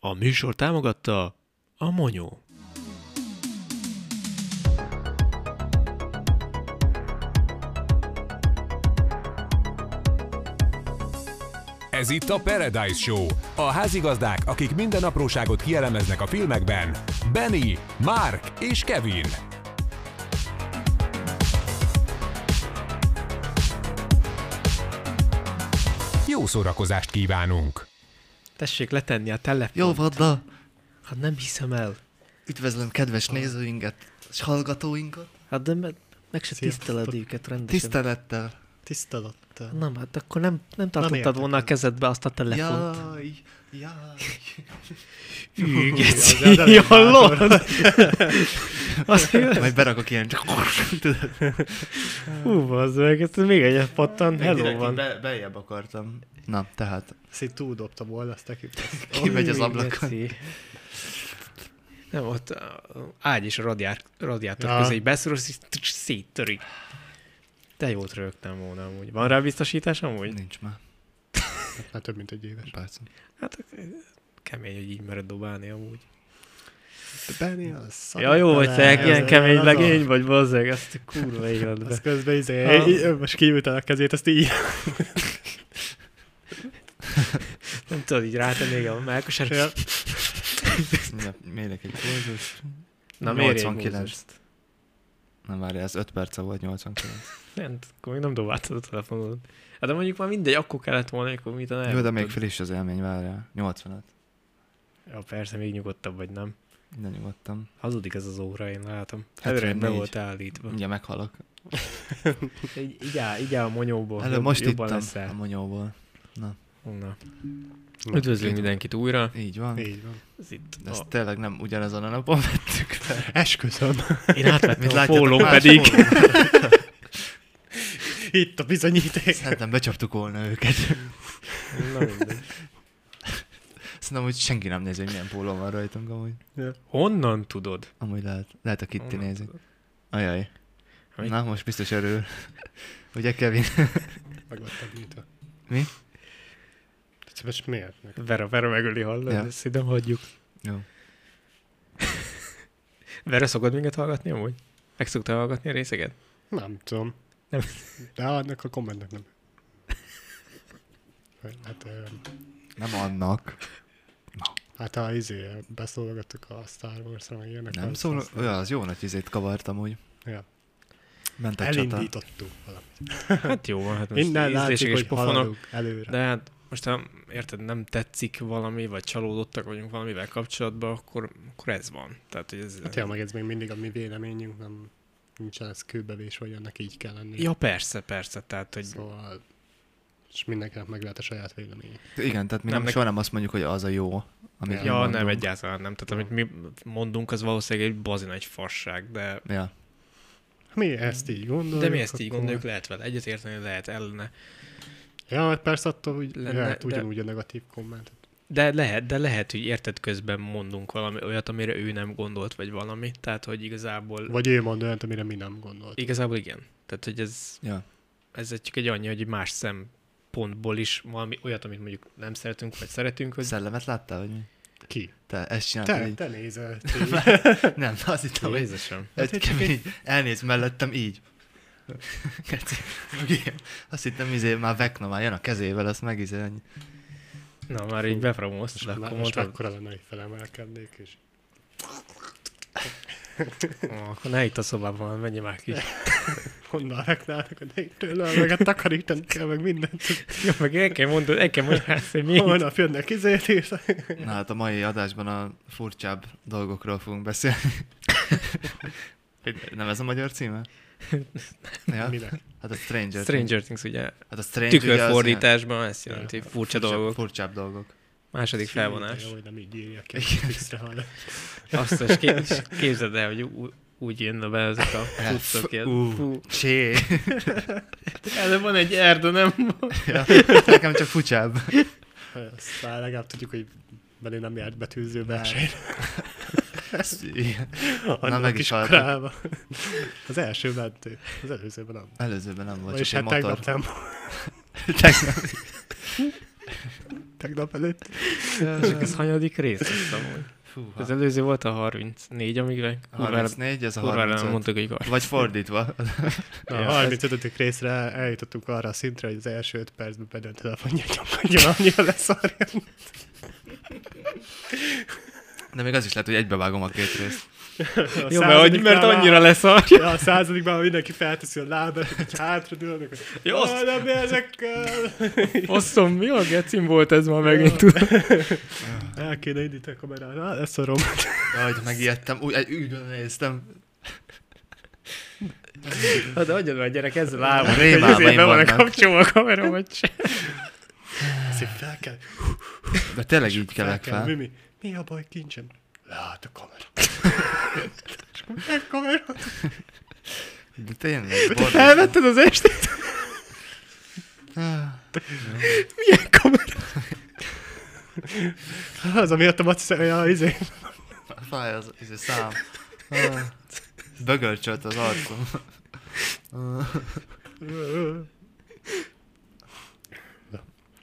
A műsor támogatta a Monyó. Ez itt a Paradise Show. A házigazdák, akik minden apróságot kielemeznek a filmekben. Benny, Mark és Kevin. Jó szórakozást kívánunk! Tessék letenni a telefont. Jó, Vadda! Hát nem hiszem el. Üdvözlöm kedves nézőinket és hallgatóinkat. Hát de me- meg se Sziasztok. tiszteled őket rendesen. Tisztelettel. Tisztelettel. Nem, hát akkor nem, nem tartottad értettem. volna a kezedbe azt a telefont. Jaj, jaj. Ja. az elegáns volt. hallod? Azt Majd berakok ilyen csak... Tudod, hú, az meg, ez még egyet pattan, hello direkt így van. Be, beljebb akartam. Na, tehát. Ezt így túl dobta volna, ezt tekintett. Kimegy az Új, ablakon. geci. Nem, ott á, ágy és a radiá- radiátor Ja. közé beszúrul, és így tücs, széttöri. De jót rögtem volna amúgy. Van rá biztosítás amúgy? Nincs már. Már több mint egy éves. Persze. Hát kemény, hogy így mered dobálni amúgy. De Benny az szar. ja, jó vagy te, Az- ilyen az- kemény az legény vagy, bazzeg, azt a kurva a- életbe. Az közben izé, Ah. így- most kiült a kezét, ezt így. Nem tudod így rátenni a melkosára. Ja. Mindjárt Mérek egy pulzust. Na, miért 89. 89. Nem várj, ez 5 perce volt 89. Nem, akkor még nem dobáltad a telefonod. Hát de mondjuk már mindegy, akkor kellett volna, akkor mit a nem. Jó, de még friss az élmény, várjál. 85. Ja, persze, még nyugodtabb vagy, nem? Minden nyugodtam. Hazudik ez az óra, én látom. Előre be 74. volt állítva. Mindjárt meghalok. Így, így, áll, így áll a monyóból. Elő jobb- most jobban ittam a leszel. monyóból. Na. Üdvözlünk mindenkit újra. Így van. Így van. Ez itt. De A... ezt tényleg nem ugyanazon a napon vettük fel. Esküszöm. Én átvettem Mit a látjátok, pólóm más pedig. póló? Itt a bizonyíték. Szerintem becsaptuk volna őket. Na mindegy. Szerintem, hogy senki nem nézi, hogy milyen póló van rajtunk amúgy. Honnan tudod? Amúgy lehet, lehet a Kitty Honnan nézi. tudod? Ajaj. Mi? Na, most biztos örül. Ugye Kevin? Meg volt több mint a- Mi? Tehát most miért? Meg- Vera, Vera megöli, hallod? Ja. Ezt ide hagyjuk. Jó. Vera, szokod minket hallgatni amúgy? Meg szoktál hallgatni a részeket? Nem tudom. Nem. De annak a kommentnek nem. Hát, ö, Nem annak. hát ha izé, beszólogattuk a Star Wars-ra, meg ilyenek. Nem az- szól. az- Olyan, az jó nagy izét kavartam úgy. Ja. Ment a csata. Elindítottuk valamit. Hát jó van, hát most Innen látszik, ízlésekes hogy pofonok. haladunk előre. De hát most ha érted, nem tetszik valami, vagy csalódottak vagyunk valamivel kapcsolatban, akkor, akkor ez van. Tehát, hogy ez... Hát ja, meg ez még mindig a mi véleményünk, nem nincsen ez kőbevés, hogy ennek így kell lenni. ja, persze, persze, tehát, hogy Szóval, és mindenkinek meg lehet a saját véleménye. Igen, tehát mi Nem, nem, nek- soha nem azt mondjuk, hogy az a jó, amit mi Ja, mondunk. nem, egyáltalán nem. Tehát amit Szóval. mi mondunk, az valószínűleg egy bazi nagy fasság, de, Ja. Mi ezt így gondoljuk. de mi ezt így akkor- gondoljuk, lehet vele egyetérteni, lehet ellene. Ja, meg persze attól, hogy Lenne, lehet de- ugyanúgy a negatív komment. De lehet, de lehet, hogy érted közben mondunk valami olyat, amire ő nem gondolt, vagy valami. Tehát, hogy igazából, Vagy ő mond olyat, amire mi nem gondolt. igazából igen. Tehát, hogy ez, Ja. ez egy- csak egy annyi, hogy más szempontból is valami olyat, amit mondjuk nem szeretünk, vagy szeretünk, hogy Szellemet láttál, vagy mi? Ki? Te ezt csináltad Te, Hát így? te nézel. Nem, azt hittem, hogy Jézusom. Hát egy Kevin elnéz mellettem így. Geci. Meg ilyen. Azt hittem, izé már vekna már jön a kezével, azt meg izé ennyi. Na, már így beframoztad, Már akkor most mondtad, akkora lenne, hogy felemelkednék, és "Ó, akkor ne itt a szobában, menj már ki. honnan reknálnak, hogy de tőle, meg a takarítani kell, meg mindent. Jó, meg el kell mondod, el kell mondani, hát, hogy mi itt Holnap jönnek izért, és Na hát a mai adásban a furcsább dolgokról fogunk beszélni. Hogy Nem ez a magyar címe? Ja? minek? Hát a Stranger. Stranger Things, ugye? Hát a Stranger ugye az ilyen Tükörfordításban ezt jelenti, Ja. furcsa furcsább- dolgok. Furcsább dolgok. Második felvonás. Jó, hogy nem így írja ki, fixre hallom. Azt is ké- és képzeld el, hogy ú- úgy jönne be ezek a cuccok. ilyen. Ú. Hát, Fú. Csé. Erre van egy erdő, nem? Ja, nekem csak fucsább. Azt már legalább tudjuk, hogy belé nem járt betűző versenyre. Igen. Annak meg is hallottuk. iskolában. Az első mentő. Az előzőben nem. hát hát Előzőben nem volt, Vagyis csak egy hát motor. tegnap nem. Tegnap. tegnap előtt. Csak ez hanyadik rész lesz amúgy. Az Fúha. előző volt a 34, amíg kurvára, 34, ez a kurvára nem 35. mondtuk, hogy gaj. Vagy fordítva. Na, Ja. a 35. részre eljutottunk arra a szintre, hogy az első 5 percben bedöntöd a fanyagyon, hogy annyira leszarja. De még az is lehet, hogy egybevágom a két részt. A Jó, mert, hogy, mert századiknál már- annyira lesz a... Ja, a századikban mindenki felteszi a lábát, hogy hátra dőlnek, hogy Jó, "Ah, de mi ezekkel? Asszom, mi a gecim volt ez már megint? tudom. El kéne indítani a kamerát. Na, ezt szorom. Jaj, de megijedtem. Úgy, egy ügyben néztem. Hát adjad már gyerek, ezzel álmod. Rémálmaim Ezért be van a vannak. kapcsolva a kamera, vagy se. Ezt fel kell. De tényleg így kelek kell. fel. Mimi, mi a baj kincsem? Leállt a kamera. És akkor meg kamera. De tényleg. borzasztó. Elvetted az estét? Ah, Milyen kamera? Az, amiatt a Maci olyan izé. Fáj az, ez a szám. Ah, Bögörcsölt az arcom.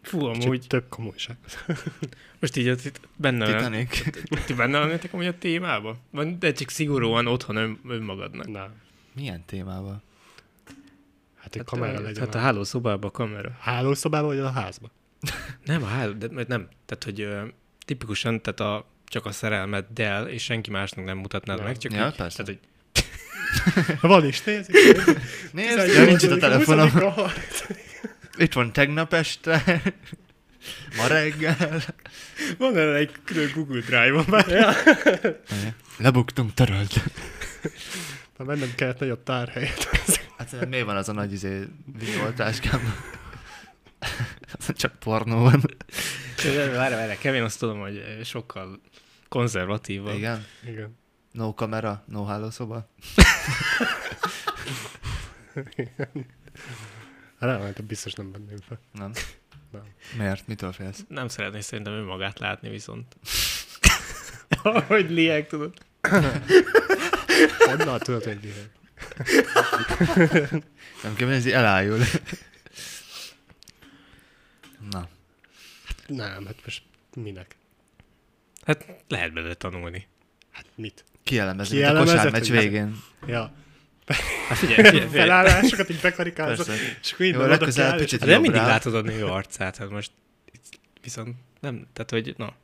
Fú, Úgy amúgy. több komolyság. Most így ott itt benne olyan- Titanic. ti benne lennétek amúgy a témába? Van, de csak szigorúan otthon ön, önmagadnak. Na, Milyen témával? hát egy kamera legyen. Hát a a hálószobában a kamera. hálószobában vagy a házban? Nem, a háló, de mert nem. Tehát, hogy ö, tipikusan, tehát a, csak a szerelmeddel, és senki másnak nem mutatnád Nem. meg, csak Ja, így, tehát, persze. hogy Ha Van is, nézzük. Nézd, ja, nincs itt a telefonom. 20. Itt van tegnap este. Ma reggel. van erre egy külön Google Drive-on már. Lebuktunk, törölt. Na, mennem kellett nagyobb tárhelyet. Hát szerintem miért van az a nagy izé videótáskám? Azon Csak pornó van. Várj, várj, Kevin azt tudom, hogy ö, sokkal konzervatívabb. Igen. Igen. No kamera, no hálószoba. Hát nem, hát biztos nem venném fel. Nem. Nem. Miért? Mitől félsz? Nem szeretné szerintem önmagát látni viszont. Ahogy liek, tudod. Honnan tudod, hogy direkt? Nem kell nézni, elájul. Na, Nem, hát most minek? Hát lehet belőle tanulni. Hát mit? kielemezni, mint a Kielemezett, kosármeccs hogy- végén. Ja, Hát figyelj, figyelj, figyelj. felállásokat így bekarikázok, Persze. és akkor így Jó, nem oda legközelebb kell, picit- és Hát nem mindig jobbra. látod a nő arcát, hát most viszont nem, tehát hogy na,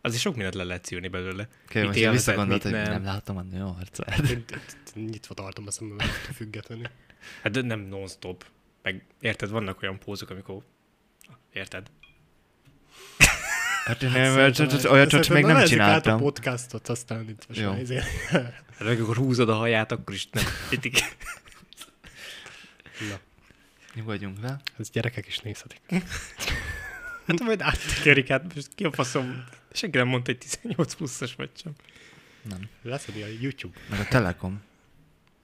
azért sok mindent le lehet szűrni belőle. Oké, most én élvezed, visszagondolt, hogy mit nem. nem látom a nő arcát. Hát Én nyitva tartom a szemem, ettől függetlenül. Hát de nem non-stop. Meg érted, vannak olyan pózok, amikor érted? Hát Szerintem- én olyat csak szerintem még na, nem vezzük át csináltam. a podcastot, aztán itt most Jó. már izé- Hát meg akkor húzod a haját, akkor is nem. Itt Na, Nyugodjunk le. ezt gyerekek is nézhetik. hát majd áttekerik, hát most ki a faszom. Senki nem mondta, hogy 18 pluszos vagy sem. Nem. Lesz a YouTube, Meg a Telekom.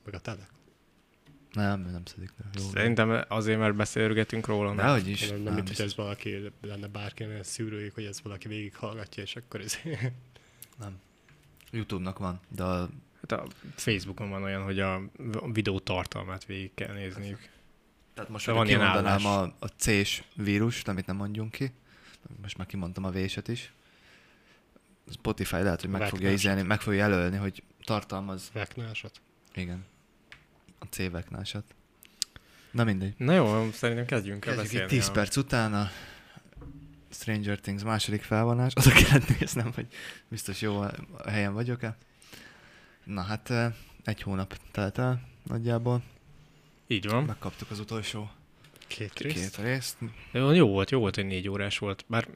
meg a Telek. Nem, nem szedik. Jó. Szerintem azért, mert beszélgetünk róla. nem? Dehogy is. Nem, Nem, nem, mint hogy biztos. ez valaki lenne bárkinek szűrőjük, hogy ez valaki végighallgatja, és akkor ez... Youtube-nak van, de a Hát a Facebookon van olyan, hogy a videó tartalmát végig kell nézniük. Tehát most De már van ilyen kimondanám állás. a, a C-s vírust, amit nem mondjunk ki. Most már kimondtam a V-set is. Spotify lehet, hogy meg Vágnást. fogja izelni, meg fogja jelölni, hogy tartalmaz. Veknásot. Igen. A C-veknásat. Na mindegy. Na jó, szerintem kezdjünk el Kezdjük így beszélni. 10 a- perc után a Stranger Things második felvonás. Oda kellett néznem, hogy biztos jó a a helyen vagyok-e. Na hát eh, egy hónap telt el nagyjából. Így van. Megkaptuk az utolsó Két két részt. részt. Jó, jó volt, jó volt, hogy négy órás volt. Bár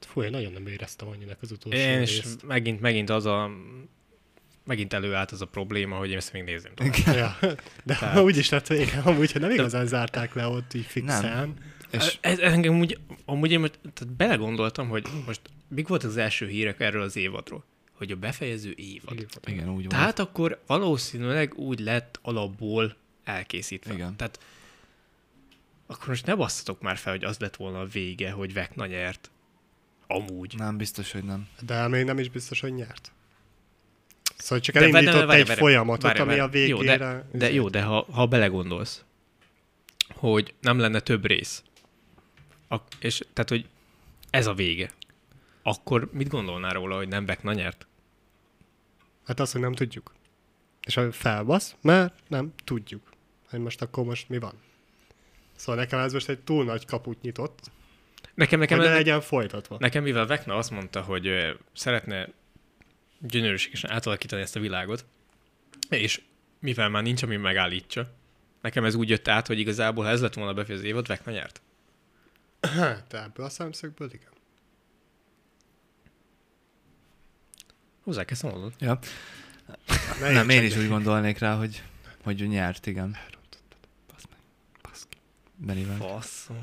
Fú, én nagyon nem éreztem annyinak az utolsó én is részt. megint, megint az a megint előállt az a probléma, hogy én ezt még nézem. tovább. Ja. De Tehát- úgy is lett vége, amúgy, hogy nem igazán zárták le ott így fixen. És Ez, ez engem úgy, amúgy én most tehát belegondoltam, hogy most mik volt az első hírek erről az évadról? Hogy a befejező évad. Igen. igen, úgy volt. Tehát akkor valószínűleg úgy lett alapból elkészítve. Igen. Tehát akkor most ne basszatok már fel, hogy az lett volna a vége, hogy Vekna nyert. Amúgy. Nem, biztos, hogy nem. De hát még nem is biztos, hogy nyert. Szóval csak De várj, elindított várj, egy várj, folyamatot, várj, ami várj. a végére... Izé, Jó, de, de, jó, de ha, ha belegondolsz, hogy nem lenne több rész, ak- és tehát, hogy ez a vége, akkor mit gondolnál róla, hogy nem Vekna nyert? Hát azt, hogy nem tudjuk. És ha felbasz, mert nem tudjuk. Hogy most akkor most mi van. Szóval nekem ez most egy túl nagy kaput nyitott, Nekem, nekem, Nekem hogy ne ez- legyen folytatva. Nekem, mivel Vekna azt mondta, hogy ö, szeretne gyönyörűségesen átalakítani ezt a világot, és mivel már nincs, ami megállítsa, nekem ez úgy jött át, hogy igazából, ha ez lett volna befejező évad, Vekna nyert. Hát ebből a szemszögből igen. Hozzá kell szólnod. Ja. Ne Nem, én értsen is meg. úgy gondolnék rá, hogy, hogy ő nyert, igen. Benivel. Faszom.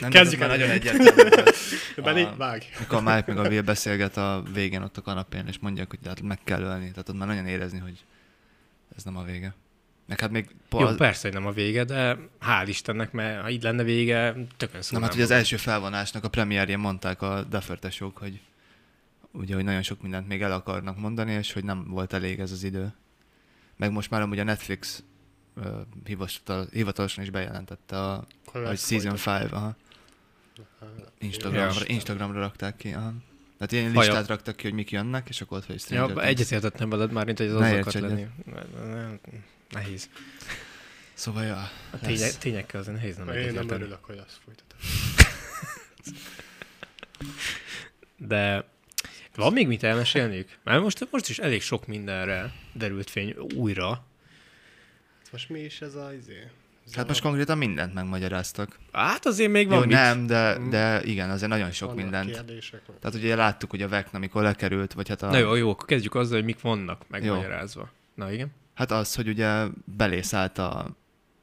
Nem, Kezdjük Kezdjük el el. nagyon egyértelmű. volt. Benni, A- Ah. vágj. Mikor a Mike meg a Will beszélget a végén ott a kanapén, és mondják, hogy de hát meg kell ölni. Tehát ott már nagyon érezni, hogy ez nem a vége. Meg hát még... Jó, persze, hogy nem a vége, de hál' Istennek, mert ha így lenne vége, tökön nem, szólnám. hát ugye az első felvonásnak a premierjén mondták a defertesok, hogy ugye, hogy nagyon sok mindent még el akarnak mondani, és hogy nem volt elég ez az idő. Meg most már amúgy a Netflix ö, hivatal- hivatalosan is bejelentette a, Akkor hogy lesz Season folytatva. 5, aha. Hát, Instagramra, Ja. Instagramra rakták ki. Aha. Tehát ilyen Vajon- listát raktak ki, hogy mik jönnek, és akkor ott vagy Stranger Ja, Things. egyetértettem veled már, mint hogy ez Ne az érts azokat egyet. lenni. Nehéz. Szóval, ja, A lesz. tények, tényekkel azért nehéz nem Én nem egyetérteni. örülök, hogy azt folytatom. De van még mit elmesélniük? Mert most, most is elég sok mindenre derült fény újra. Ez Hát Most mi is ez a izé? Ez Hát a- most konkrétan mindent megmagyaráztak. Hát azért még van Jó, mit. Mm. nem, de, de igen, azért nagyon sok vannak mindent. Kérdések. Tehát ugye láttuk, hogy a Vekna, amikor lekerült, vagy hát a... Na jó, jó, akkor kezdjük azzal, hogy mik vannak megmagyarázva. Na igen. Hát az, hogy ugye belészállt a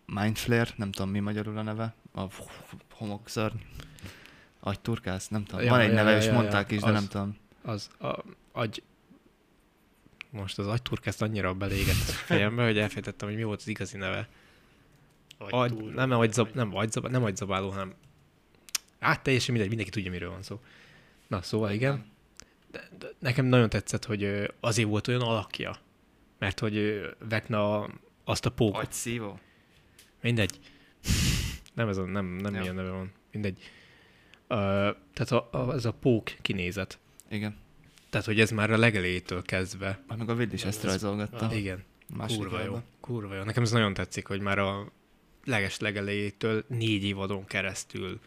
Mindflare, nem tudom mi magyarul a neve, a homokszörny, agyturkász, nem tudom. Ja, Ja, Van egy ja, neve, ja, és ja, mondták ja, is, de az. nem tudom. Az a, agy... Most az agyturkászt annyira belégett a fejembe, hogy elfejtettem, hogy mi volt az igazi neve. Agy, túl- nem, agyzab, nem, agyzab, nem agyzabáló, hanem... Hát teljesen mindegy, mindenki tudja, miről van szó. Na, szóval igen. De, de nekem nagyon tetszett, hogy ö, azért volt olyan alakja, mert hogy ö, Vekna azt a pókot Agyszívó? Mindegy. Nem ez a, nem, nem Ja. ilyen neve van. Mindegy. Ö, tehát a, a, ez a pók kinézet. Igen. Tehát, hogy ez már a legelejétől kezdve. Hát meg a Vild is ezt rajzolgatta. Ah, Igen, Másik kurva jó. oldalban. Kurva jó. Nekem ez nagyon tetszik, hogy már a leges legelejétől négy évadon keresztül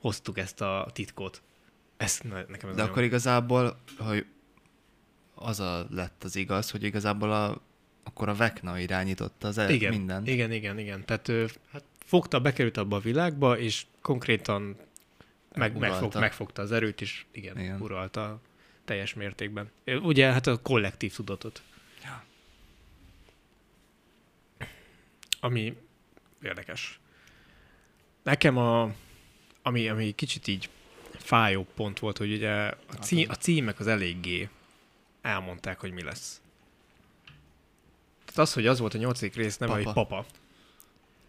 hoztuk ezt a titkot. Ez, na- nekem ez De nagyon... akkor igazából, hogy az a lett az igaz, hogy igazából a, akkor a Vekna irányította az el, igen, mindent. Igen, igen, igen. Tehát ő, hát fogta, bekerült abba a világba, és konkrétan meg, Uralta. megfog, megfogta az erőt, és igen, Igen. igen, uralta teljes mértékben. Ö, Ugye, hát a kollektív tudatot. Ja. Ami érdekes. Nekem a, ami, ami kicsit így fájó pont volt, hogy ugye a, cí, a címek az eléggé elmondták, hogy mi lesz. Tehát az, hogy az volt a nyolcadik rész, nem, Papa. hogy papa.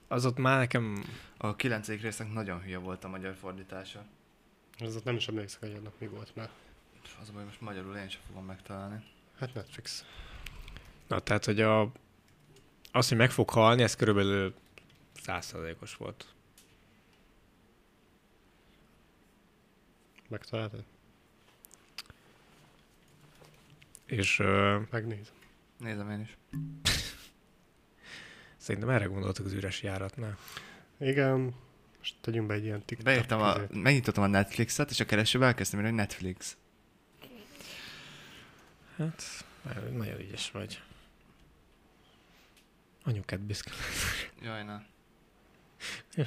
Az ott már nekem... A kilencedik résznek nagyon hülye volt a magyar fordítása. Az ott nem is emlékszek, hogy annak mi volt már. Pff, Az a baj, most magyarul én sem fogom megtalálni. Hát Netflix. Na, tehát, hogy a... az, hogy meg fog halni, ez körülbelül százszerzalékos volt. Megtaláltad? És ö, Megnéz. Nézem én is. szerintem erre gondoltak az üres járatnál. Igen, most tegyünk be egy ilyen TikTok. Beírtam a, izét. megnyitottam a Netflixet, és a keresőbe elkezdtem írni, hogy Netflix. Hát, már nagyon ügyes vagy. Anyukát büszke. Jaj, na.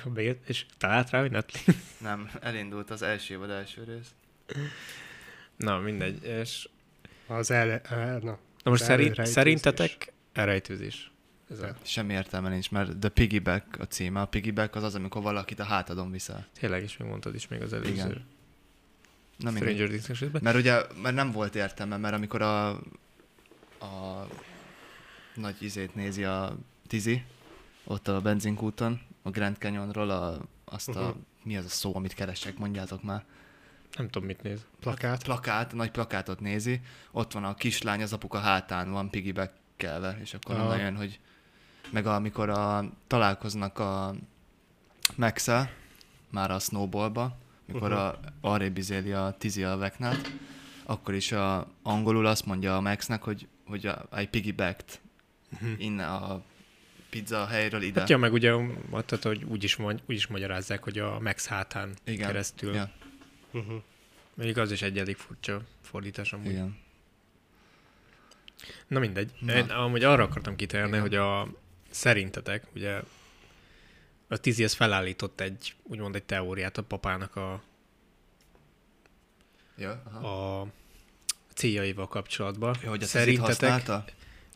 Beírt, és talált rá, hogy Netflix. Nem, elindult az első évad első rész. Na, mindegy. És... Az ele... el, na. Na most Az szerint, elrejtőzés. szerintetek elrejtőzés. Ez a... Semmi értelme nincs, mert The Piggyback a címe. A Piggyback az az, amikor valakit a hátadon viszel. Tényleg is, még mondtad is még az előző Igen. Igen. Na mindegy. Stranger Things esetben. Mert ugye, mert nem volt értelme, mert amikor a, a nagy izét nézi a Tizi, ott a benzinkúton, a Grand Canyonról, a, azt a, Mhm. mi az a szó, amit keresek, mondjátok már. Nem tudom, mit néz. Plakát. Plakát, a nagy plakátot nézi, ott van a kislány, az apuka hátán van pigibekkelve, és akkor Ah. onnan jön, hogy meg amikor a, találkoznak a max már a snowballba, mikor a, arrébb izéli a Tizi a Veknát, akkor is a, angolul azt mondja a Maxnek, hogy, hogy a, I piggybacked innen a pizza helyről ide. Hát ja, meg ugye mondtad, hogy úgy is, magy- úgy is magyarázzák, hogy a Max hátán Igen. keresztül. Ja, Ja. Még az is egy elég furcsa fordítás amúgy. igen. Na mindegy. Na. Na. Én amúgy arra akartam kitérni, hogy a szerintetek, ugye a Tizi ez felállított egy, úgymond egy teóriát a papának a, Ja, aha. a céljaival kapcsolatban. Ja, Ah. hogy a Tizit használta?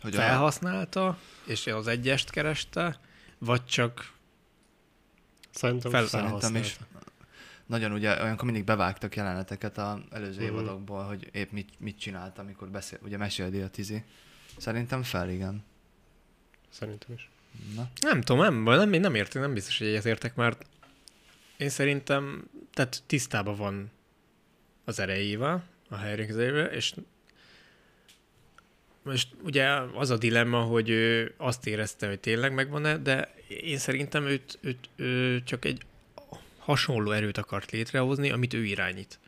Hogy a, felhasználta, és az egyest kereste, vagy csak Szerintem Fel- Fel, szerintem is nagyon ugye olyankor mindig bevágtak jeleneteket az előző Mhm. évadokból, hogy épp mit, mit csinált, amikor beszél, ugye meséli a Tizi. Szerintem fel, igen. Szerintem is. Na, Nem tudom, nem, nem, én nem értek, nem biztos, hogy egyetértek, mert én szerintem, tehát tisztában van az erejével, a helyrekezével, és most ugye az a dilemma, hogy ő azt érezte, hogy tényleg megvan-e, de én szerintem őt, őt ő csak egy hasonló erőt akart létrehozni, amit ő irányít.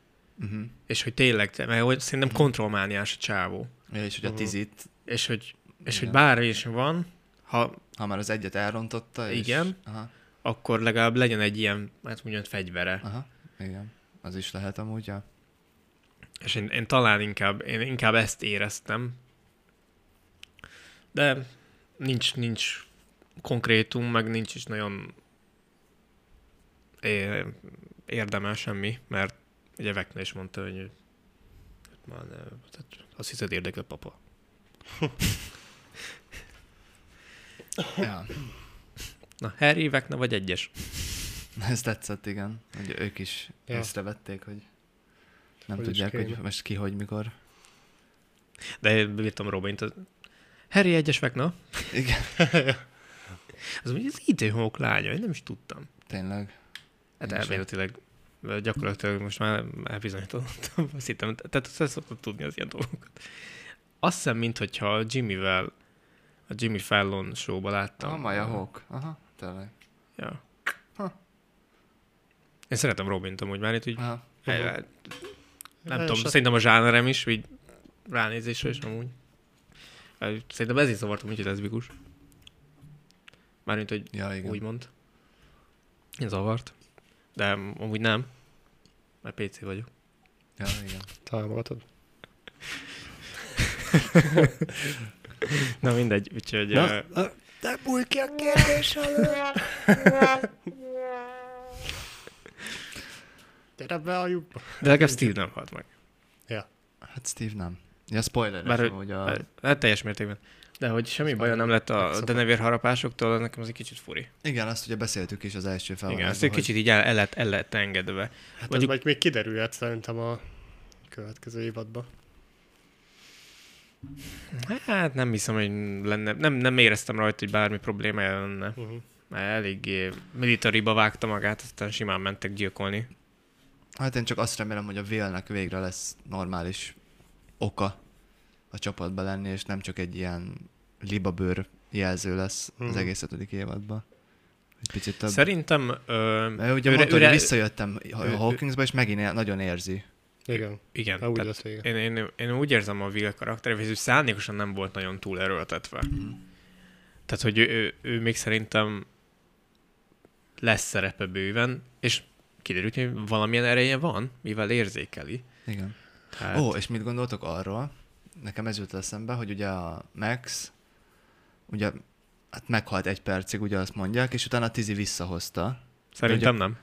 uh-huh. És hogy tényleg, mert hogy szerintem kontrollmániás a csávó. ja, és hogy a Tizit, És hogy, és hogy Igen. bármi is van, ha ha már az egyet elrontotta, és, Igen. Aha, akkor legalább legyen egy ilyen, hát úgymond fegyvere. aha, igen. Az is lehet amúgy, ja. És én, én talán inkább, én inkább ezt éreztem. De nincs, nincs konkrétum, meg nincs is nagyon é- érdemel semmi, mert ugye Vekna is mondta, hogy ő- hát már ne, tehát azt hiszed érdekel papa. ja. Na, Harry, Vekna vagy egyes? Ez tetszett, igen. Hogy ők is ja. Ja. észrevették, hogy nem Hogy is tudják, hogy kéne. most ki, hogy, mikor. De én bírtam Robint. az- Harry egyes Vekna? Igen, Az mondja, az időhók lánya, én nem is tudtam. tényleg. Hát Én is elméletileg ö, gyakorlatilag most már elbizonyítottam, azt hittem, tehát ezt szoktam tudni az ilyen dolgokat. Azt hiszem, mintha a Jimmyvel, a Jimmy Fallon showba láttam. A Maja Hawk. Aha, tényleg. Ja. Ha. Én szeretem Robint amúgy már itt, úgy, Aha. el, Aha. el- nem És tudom, a- szerintem a zsánerem is, így ránézésre is amúgy. El- Szerintem ezért zavartam, úgyhogy leszbikus. Mármint, hogy Ja, igen. Úgy. úgymond. Ez zavart. De amúgy nem. Mert PC vagyok. Ja, igen. Támogatod. Na mindegy, úgyhogy... ö, de bújj ki a kérdés alól! Gyere be a lyukba! De legalább Steve nem halt meg. Hát Steve nem. Ja, spoiler Bár Bár, ő- hogy a... Hát teljes mértékben. De hogy semmi baja nem lett a megszokott. denevér harapásoktól, nekem az egy kicsit furi. Igen, azt ugye beszéltük is az első Igen, felvonásban. azt egy hogy- kicsit így el, el, lett, el lett engedve. Hát Mondjuk- Mondjuk... ez majd még kiderülhet szerintem a következő évadban. Hát nem hiszem, hogy lenne, nem, nem éreztem rajta, hogy bármi problémája lenne. Mhm. Uh-huh. Mert eléggé militariba vágta magát, aztán simán mentek gyilkolni. Hát én csak azt remélem, hogy a Vélnek végre lesz normális oka a csapatban lenni, és nem csak egy ilyen libabőr jelző lesz az Mhm. egész ötödik évadban. Egy picit több. Szerintem... Ö, Mert ugye őre- mondta, hogy őre- visszajöttem ő- ő- a Hawkingsba, és megint él- nagyon érzi. Igen, Igen, ha úgy tehát lesz vége. én, én, én úgy érzem a Will karakterét, hogy ő szándékosan nem volt nagyon túl erőltetve. Mhm. Tehát, hogy ő, ő, ő még szerintem lesz szerepe bőven, és kiderült, hogy valamilyen ereje van, mivel érzékeli. Igen. Tehát, Hát. Ó, és mit gondoltok arról? Nekem ez jut eszembe, hogy ugye a Max, ugye hát meghalt egy percig, ugye azt mondják, és utána a Tizi visszahozta. szerintem nem.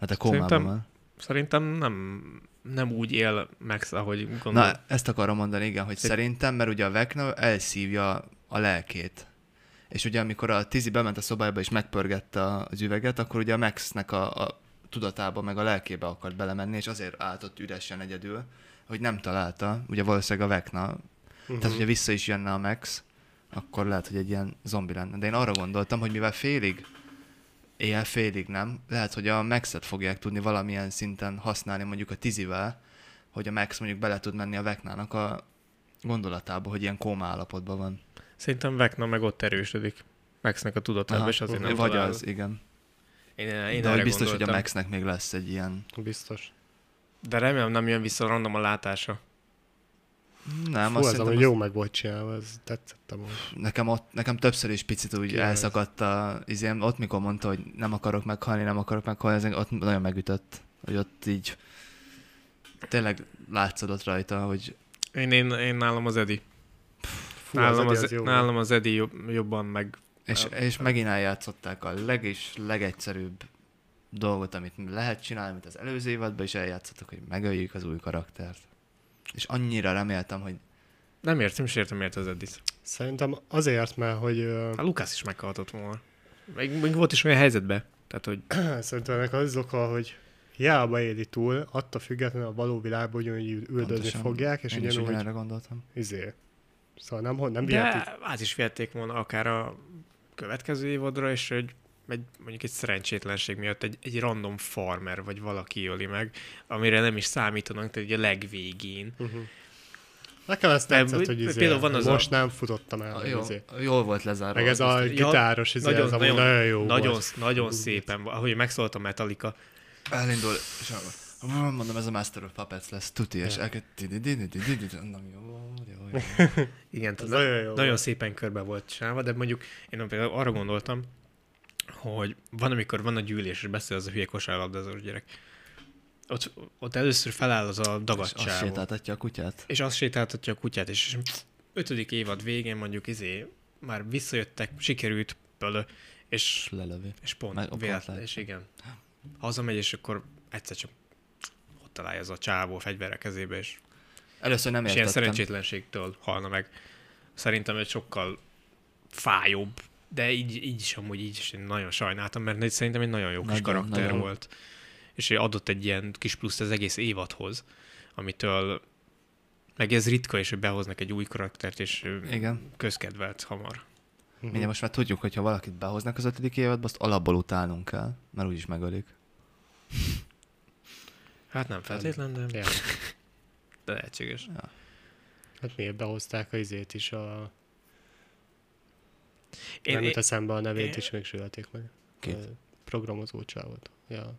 Hát a kómában Szerintem- van. Szerintem nem, nem úgy él Max, ahogy gondolom. Na, ezt akarom mondani, igen, hogy Szerint- szerintem, mert ugye a Vecna elszívja a lelkét. És ugye amikor a Tizi bement a szobájába és megpörgette a- az üveget, akkor ugye a Maxnek a, a tudatába meg a lelkébe akart belemenni, és azért állt ott üresen egyedül, hogy nem találta, ugye valószínűleg a Vecna Uh-huh. Tehát, hogyha vissza is jönne a Max, akkor lehet, hogy egy ilyen zombi lenne. De én arra gondoltam, hogy mivel félig, éjjel félig nem, lehet, hogy a Maxet fogják tudni valamilyen szinten használni mondjuk a Tizivel, hogy a Max mondjuk bele tud menni a Veknának a gondolatába, hogy ilyen kóma állapotban van. Szerintem Vekna meg ott erősödik. Maxnek a tudatában, és azért nem Vagy talál. az, igen. Én, én De erre hogy biztos, hogy a gondoltam. Maxnek még lesz egy ilyen... Biztos. De remélem nem jön vissza random a látása. Nem, Fú, azt az, szerintem ami az- jó meg volt csinálva, ez tetszett amúgy. nekem, ott, nekem többször is picit úgy Király. elszakadt a izém, ott mikor mondta, hogy nem akarok meghalni, nem akarok meghalni, ez engem ott nagyon megütött, hogy ott így tényleg látszódott rajta, hogy Én, én, én nálam az Edi. Fú, Nálam Edi az, az, jó volt. nálam az Edi jobb, jobban meg. és, és megint eljátszották a leg és legegyszerűbb dolgot, amit lehet csinálni, mint az előző évadban, és eljátszottak, hogy megöljük az új karaktert. És annyira reméltem, hogy Nem értem, és értem miért az Edit. Szerintem azért, mert hogy ö, A Lukász is meghaltott volna. Még, még volt is olyan helyzetben. Tehát, hogy hát szerintem ennek az oka, hogy hiába éli túl, attól függetlenül a való világban ugyanúgy üldözni pontosan fogják, és én is ugyanúgy erre gondoltam. izé. Szóval nem, hol- nem vihetik. de át is vihették volna akár a következő évadra, és hogy egy, mondjuk egy szerencsétlenség miatt egy, egy random farmer, vagy valaki öli meg, amire nem is számítanak, tehát ugye a legvégén. Mhm. Nekem ezt De tetszett, úgy- hogy izé, például van az a- Ah, most nem futottam el. Jó, izé. jól volt lezárva. Meg ez a Ja, gitáros, izé, ez amúgy nagyon jó nagyon, volt. nagyon szépen, volt. ahogy megszólt a Metallica, Elindul, és akkor, "Mm, mondom, ez a Master of Puppets lesz, tuti, és elkezd, di-di-di-di-di-di-di, mondom, jó, jó, jó. Igen, tehát nagyon nagyon, jó nagyon, volt. szépen körbe volt csinálva, de mondjuk én például arra gondoltam, hogy van, amikor van a gyűlés, és beszél az a hülye kosárlabdázós gyerek. Ott, ott először feláll az a És azt dagadság. sétáltatja a kutyát. És azt sétáltatja a kutyát, és ötödik évad végén mondjuk izé, már visszajöttek, sikerült, pölö, és, És lelövi. és pont, Meg a Meg pont véletlen, lát. és igen. Hazamegy, és akkor egyszer csak ott találja az a csávó fegyvere kezébe, és Először nem és ilyen értettem. szerencsétlenségtől halna meg. Szerintem egy sokkal fájóbb, de így, így is amúgy így is én nagyon sajnáltam, mert egy- szerintem egy nagyon jó kis Nagyon, karakter nagyon. volt. És adott egy ilyen kis pluszt az egész évadhoz, amitől meg ez ritka, és hogy behoznak egy új karaktert, és ő Igen. közkedvelt hamar. Mindjárt most már tudjuk, hogyha valakit behoznak az ötödik évadba, azt alapból utálnunk kell, mert úgyis megölik. Hát nem feltétlen, de, Ja. de lehetséges. Hát miért behozták a izét is a... Én, Én, nem én, jut eszembe a nevét, én- és még sülették meg. Kit? Ö, Programozó csávot. Ja,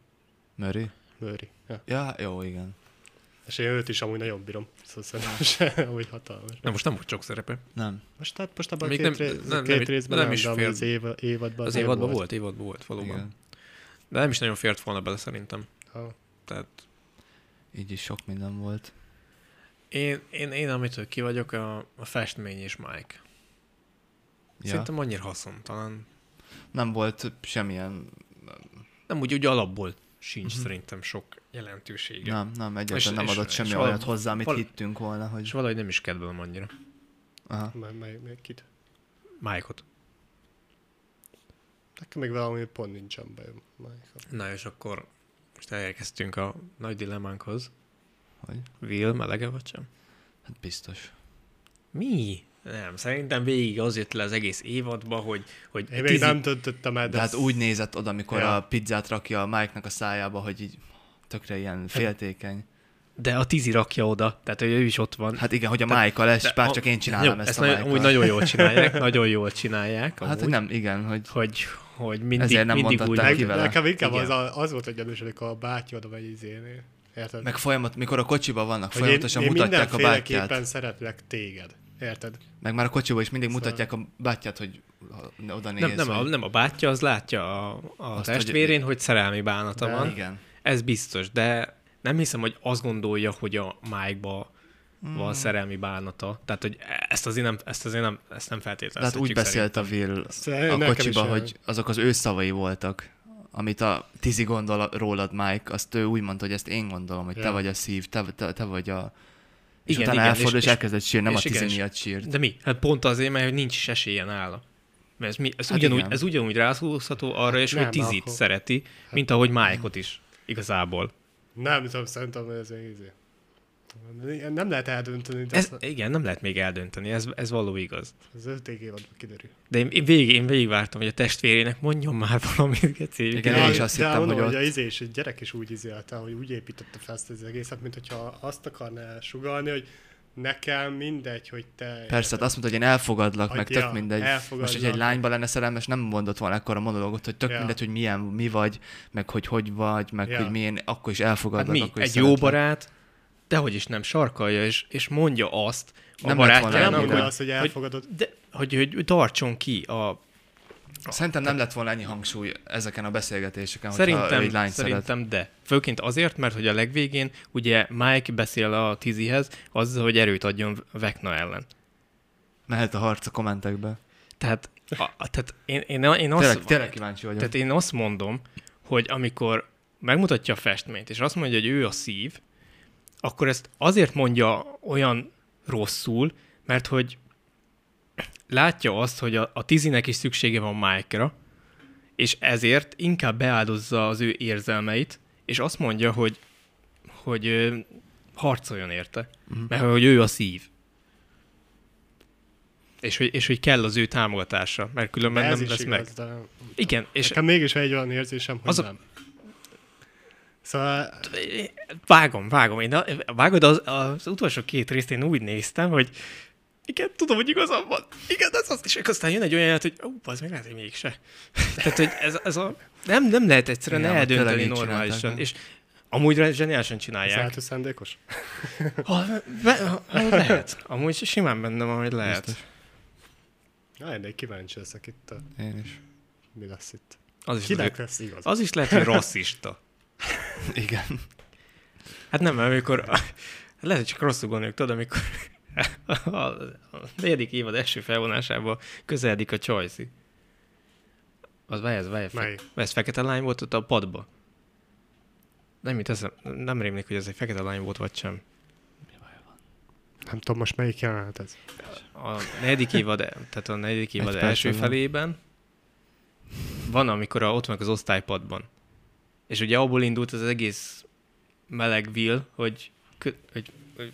Murray? Mőri. Ja. Ja, jó, igen. És én őt is amúgy nagyon bírom. Szóval Hm. szerintem se, amúgy hatalmas. na most nem volt sok szerepe. Nem. Most tehát most abban a Még két, nem- ré- nem- a nem két is- részben nem nem, is de amúgy fér- az év, évadban Az nem évadban volt, évadban volt valóban. Igen. De nem is nagyon fért volna bele szerintem. Ha. Tehát Így is sok minden volt. Én, én, én amitől ki vagyok, a, a festmény és Mike. Ja. Ja. Szerintem annyira haszontalan. Nem volt semmilyen, Nem úgy, úgy alapból sincs Mhm. uh-huh. szerintem sok jelentősége. nem, nem, És- egyáltalán nem és- adott és semmi val- olyat hozzá, amit val- hittünk volna, És hogy... valahogy nem is kedvelem annyira. Aha. Meg, meg, meg kit? Mike-ot. Nekem még valami pont nincsen bajom. Michael. Na és akkor most elérkeztünk a nagy dilemmánkhoz. Hogy? Will melege vagy sem? Hát biztos. Mi? Nem, szerintem végig az jött le az egész évadba, hogy, hogy Én még tizen- nem döntöttem el, de, De hát úgy nézett oda, amikor Ja. a pizzát rakja a Mike-nak a szájába, hogy így tökre Hát- ilyen féltékeny. de a tizi rakja oda, tehát hogy ő is ott van. Hát igen, hogy a Mike-kal De es, bár a- csak én csinálom jó, ezt, ezt a nagyon, Mike-kal. amúgy nagyon jól csinálják, nagyon jól csinálják. Hát, hogy amúgy. nem, igen, hogy hogy, hogy mindig, Ezért nem mindig mondtad úgy te meg, ki vele. nekem inkább Igen. az, a, az volt a gyanús, amikor a bátyod vagy izénél. Érted? meg folyamat, mikor a kocsiba vannak, Hogy én, folyamatosan én mutatják a bátyját. mindenféleképpen szeretlek téged. Érted? Meg már a kocsiba is mindig mutatják a bátyját, hogy ha- oda néz. Szóval- nem, nem, a, hogy... nem, a bátyja az látja a, a Azt, Azt, hogy- testvérén, hogy, hogy szerelmi bánata De- van. Igen. Ez biztos, de nem hiszem, hogy azt gondolja, hogy a Mike-ba Hmm. van szerelmi bánata. Tehát, hogy ezt azért nem, ezt azért nem, ezt nem De hát feltételezhetjük úgy beszélt a Will Szerintem a nekem kocsiba, is olyan. hogy azok az ő szavai voltak, amit a Tizi gondol rólad, Mike, azt ő úgy mondta, hogy ezt én gondolom, hogy te Ja. vagy a szív, te, te, te vagy a... És Igen, utána igen, elfordul, és, és- és elkezdett sírni, nem és a Tizi igen, és- miatt sírt. De mi? Hát pont azért, mert hogy nincs is esélye nála. Mert ez, mi, ez, Hát ugyanúgy, igen. ez ugyanúgy rászúzható arra is, Hát Nem, hogy Tizit akkor- hát- szereti, mint ahogy Mike-ot is igazából. Nem tudom, szerintem ez egy izé. Nem lehet eldönteni, de Ez, ez, igen, nem lehet még eldönteni, ez, ez való igaz. az öték évadban kiderül. De én, én, végig, én végigvártam, hogy a testvérének mondjon már valamit, geci. Igen, Én- én de, is azt de hittem, mondom, hogy hogy, ott- a izé és a gyerek is úgy izélte, hogy úgy építette fel ezt az egészet, mint hogyha azt akarná sugalni, hogy Nekem mindegy, hogy te... Persze, hát azt mondta, hogy én elfogadlak, meg Adja, tök mindegy. elfogadlak. Most, hogy egy lányba lenne szerelmes, nem mondott volna ekkor a monológot, hogy tök Ja. mindegy, hogy milyen, mi vagy, meg hogy hogy vagy, meg Ja. hogy milyen, akkor is Hát elfogadlak, mi? akkor is Egy jó szeretlek. barát, dehogy is nem sarkalja, és, és mondja azt a Nem lett volna barátjának, Nem ennyire. hogy, kell az, hogy elfogadod. de, hogy, hogy tartson ki a Szerintem nem lett volna ennyi hangsúly ezeken a beszélgetéseken, hogyha ő egy Szerintem, lányt szeret. szerintem de. Főként azért, mert hogy a legvégén ugye Mike beszél a Tizihez azzal, hogy erőt adjon Vekna ellen. Mehet a harc a kommentekbe. Tehát, a, a, tehát én, én, én, azt, Tényleg, tényleg kíváncsi vagyok. tehát én azt mondom, hogy amikor megmutatja a festményt, és azt mondja, hogy ő a szív, akkor ezt azért mondja olyan rosszul, mert hogy látja azt, hogy a, a Tizinek is szüksége van Mike-ra, és ezért inkább beáldozza az ő érzelmeit, és azt mondja, hogy, hogy ö, harcoljon érte, mert hogy ő a szív. És hogy, és hogy kell az ő támogatása, mert különben Ez nem is lesz igaz, meg. de Igen, és nekem mégis van egy olyan érzésem, hogy Az a- nem. Szóval vágom, vágom. Én a, vágod az, az utolsó két részt én úgy néztem, hogy igen, tudom, hogy igazam van. Igen, ez az. És aztán jön egy olyan jelent, hogy ó, az még lehet, hogy mégse. Tehát, hogy ez, ez a... Nem, nem lehet egyszerűen Igen, igen, ott eldönteni tényleg így normálisan. csinálták. És amúgy zseniálisan ez csinálják. lehet, szándékos. Ha, be, ha, ha lehet. Amúgy simán bennem, hogy lehet. Biztos. Na, ennél kíváncsi leszek itt, uh, Én is. mi lesz itt. Az is, Kinek lehet, lesz igaz? az is lehet, hogy rasszista. Igen. Hát nem, mert amikor... Lehet, hogy csak rosszul gondoljuk, tudod, amikor a, a negyedik évad első felvonásában közeledik a Csajci. Az várj, ez, várj, fe, Melyik? ez fekete lány volt ott a padba. Nem jut eszem, nem rémlik, hogy ez egy fekete lány volt, vagy sem. Nem tudom most melyik jelenet ez. A negyedik évad, e- tehát a negyedik évad perc első van. felében van, amikor a, ott vannak az osztálypadban. És ugye abból indult az egész meleg Will, hogy, kö- hogy, hogy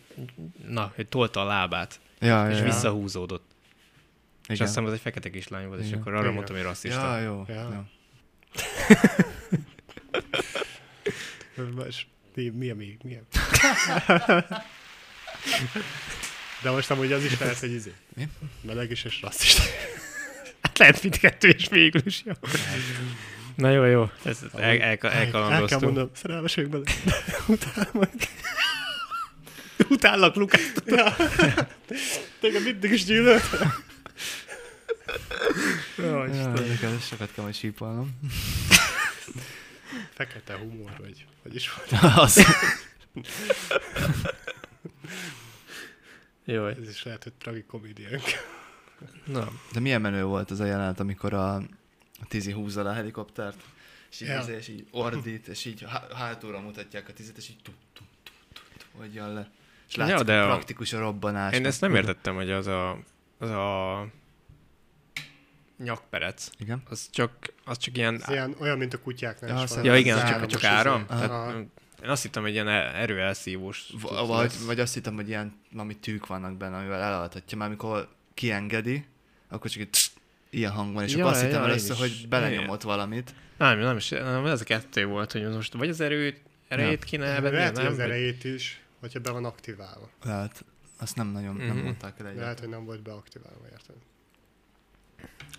na, hogy tolta a lábát. Ja, És ja, ja. visszahúzódott. És azt Igen. hiszem, az egy fekete kislány volt, és Igen. akkor arra Igen. mondtam, hogy Ja, rasszista. jó. Ja. jó. Más, mi, mi a még? Mi a... De most amúgy az is lehet, hogy izé. Mi? Meleg is és rasszista. Hát lehet mindkettő, és végül is jó. Na jó, jó. Ezt el, el, el, El kell elkalandoztunk. mondanom, szerelmes vagyok bele. Utána majd. Utállak, Lukás. Ja. Téged mindig is gyűlölt. Jó, Ja, Istenem. nekem sokat kell majd sípolnom. Fekete humor, vagy hogy is volt. Az, Jó. Ez is lehet, hogy tragikomédiánk. Na, De milyen menő volt az a jelenet, amikor a, a Tizi húzza le a helikoptert, és így, Ja. izé, és így ordít, és így há- hátulra mutatják a Tizit, és így tum tum tum tum tum, hogy jön le. És Ja, látszik de a a- praktikus a robbanás. én ezt nem értettem, hogy az a, az a nyakperec, Igen. az csak, az csak ilyen... Ez ilyen, olyan, mint a kutyáknál Ja, is van. Ja, igen, Az az csak, áramos csak izé. áram. Hát, Aha. Tehát, én azt hittem, hogy ilyen el- erőelszívós. V- Vagy, vagy azt hittem, hogy ilyen valami tűk vannak benne, amivel elaltatja, mert amikor kiengedi, akkor csak egy tss, ilyen hang van, és Ja, akkor azt ja, hittem én először, is. hogy belenyomott valamit. Nem, nem, is- nem, ez a kettő volt, hogy most vagy az erőt, erejét kéne elvenni, Lehet, hogy nem? az Vagy- erejét is, hogyha be van aktiválva. Lehet, azt nem nagyon nem Mhm. mondták el egyet. Lehet, hogy nem volt beaktiválva, érted?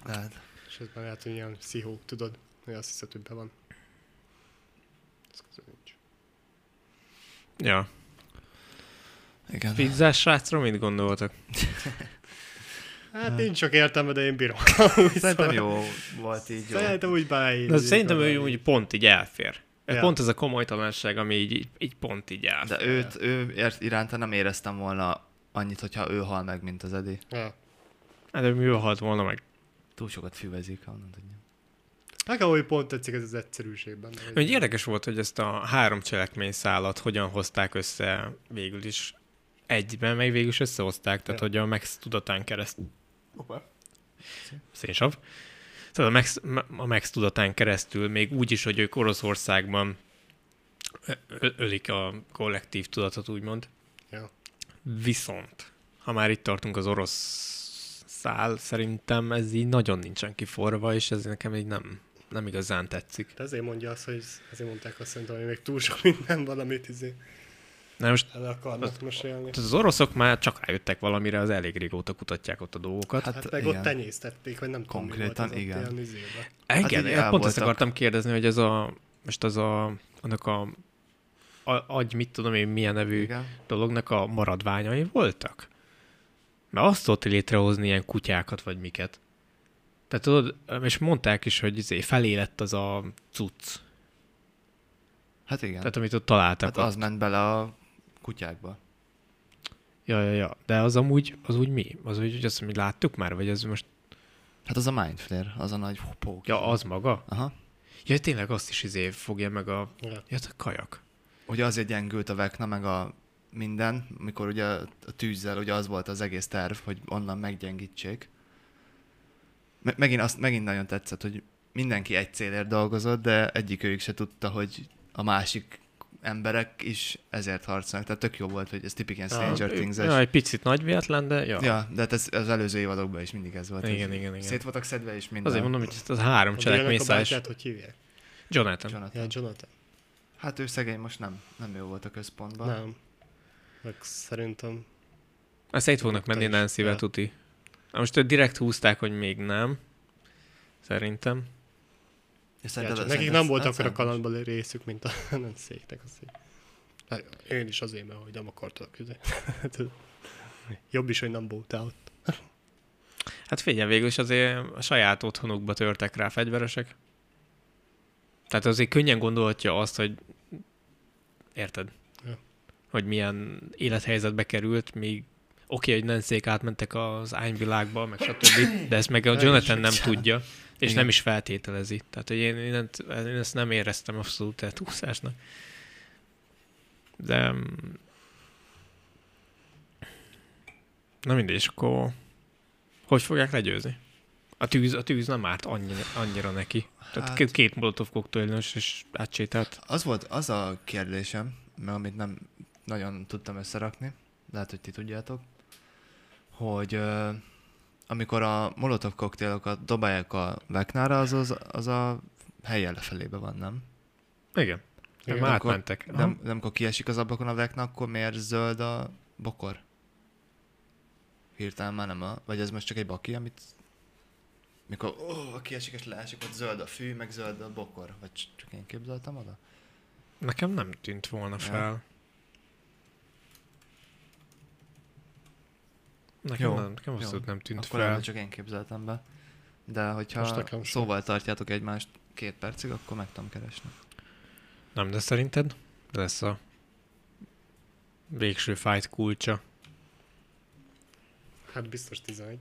Lehet. És ez már lehet, hogy ilyen pszichó, tudod, hogy azt hiszed, hogy be van. Ez közül nincs. Ja. Igen. Pizzás srácról mit gondoltak? Hát nincs sok értelme, de én bírom. Szerintem jó volt így. Jó. Szerintem úgy beállít. Na, szerintem ő úgy pont így elfér. Ez Ja. Pont ez a komolytalanság, ami így, így, így pont így áll. De őt, ő ért, iránta nem éreztem volna annyit, hogyha ő hal meg, mint az Edi. Ja. Hát, de mi halt volna meg? Túl sokat füvezik, onnan tudja. Nekem úgy pont tetszik ez az egyszerűségben. Úgy érdekes volt, hogy ezt a három cselekmény szálat hogyan hozták össze végül is egyben, meg végül is összehozták, tehát Ja. hogy a Max tudatán keresztül. Szénsav. Tehát Szóval a Max, a Max tudatán keresztül, még úgy is, hogy ők Oroszországban ö- ö- ölik a kollektív tudatot, úgymond. Ja. Viszont, ha már itt tartunk az orosz szál, szerintem ez így nagyon nincsen kiforva, és ez nekem így nem, nem igazán tetszik. Hát De ezért mondja azt, hogy ezért mondták azt szerintem, hogy még túl sok minden van, amit izé Na most El akarnak mesélni. tehát az oroszok már csak rájöttek valamire, az elég régóta kutatják ott a dolgokat. Hát, Hát, hát Hát meg igen. ott tenyésztették, vagy nem Konkrétan tudom, mi volt igen. az ott ilyen izébe. igen, így hát pont ezt elvoltak. akartam kérdezni, hogy ez a, most az a, annak a, a agy, mit tudom én, milyen nevű igen. Igen. dolognak a maradványai voltak? Mert azt tudott létrehozni ilyen kutyákat, vagy miket. Tehát tudod, és mondták is, hogy izé, felé lett az a cucc. Hát igen. Tehát amit ott találtak. hát Hát az ment bele a kutyákba. Ja, ja, ja. De az amúgy, az úgy mi? Az úgy, hogy azt mi láttuk már, vagy az most... Hát az a Mindflare, az a nagy pók. Ja, az maga? Aha. Ja, tényleg azt is izé fogja meg a... Ja. Ja, az a kajak. Ugye azért gyengült a Vekna, meg a minden, mikor ugye a tűzzel ugye az volt az egész terv, hogy onnan meggyengítsék. Me- megint, azt, megint nagyon tetszett, hogy mindenki egy célért dolgozott, de egyik őjük se tudta, hogy a másik emberek is ezért harcolnak. Tehát tök jó volt, hogy ez tipikán Stranger Things-es. Ja, egy picit nagy véletlen, de ja. ja Ja, de hát ez, az előző évadokban is mindig ez volt. Igen, hogy igen, igen. Szét voltak szedve és minden. Azért mondom, hogy ez a három A Bélnek a cselekményszállás. bátyját, hogy hívják? Jonathan. Jonathan. Ja, Jonathan. Hát ő szegény most nem, nem jó volt a központban. Nem. Meg szerintem Ezt szét fognak menni is. Nancy-vel, Ja. tuti. Na most őt direkt húzták, hogy még nem. Szerintem. És Ja, szerinted- csak nekik szerinted nem ez- volt ez akkor a nem- kalandban részük, mint a nem széknek. Azt így. Hát, én is azért, mert hogy nem akartak. ugye. Jobb is, hogy nem voltál ott. Hát figyelj, végül is azért a saját otthonukba törtek rá fegyveresek. Tehát azért könnyen gondolhatja azt, hogy érted, Ja. hogy milyen élethelyzetbe került, míg oké, hogy Nancy-k átmentek az ányvilágba, meg stb., de ezt meg a Ja, Jonathan és- nem tudja, és Igen. nem is feltételezi. Tehát, hogy én, én, nem, én ezt nem éreztem abszolút eltúszásnak. De... mm, Na mindegy, és akkor hogy fogják legyőzni? A tűz, a tűz nem árt annyira, annyira neki. Tehát Hát- hát... két molotov koktélnös, és átsétált. Az volt az a kérdésem, mert amit nem nagyon tudtam összerakni, lehet, hogy ti tudjátok, hogy ö, amikor a molotov koktélokat dobálják a veknára, az, az, az a helye lefelébe van, nem? Igen. Igen, Igen már akkor átmentek. Nem, nem amikor kiesik az ablakon a vekna, akkor miért zöld a bokor? Hirtelen már nem a... Vagy ez most csak egy baki, amit... Mikor ó, oh, kiesik és leesik, ott zöld a fű, meg zöld a bokor. Vagy c- csak én képzeltem oda? Nekem nem tűnt volna fel. Ja. Nekem, Jó, nem, nekem jó. abszolút nem tűnt akkor fel. fel. csak én képzeltem be. De Most hogyha nekem sem. szóval tartjátok egymást két percig, akkor meg tudom keresni. Nem, de szerinted lesz a végső fight kulcsa. Hát biztos 11.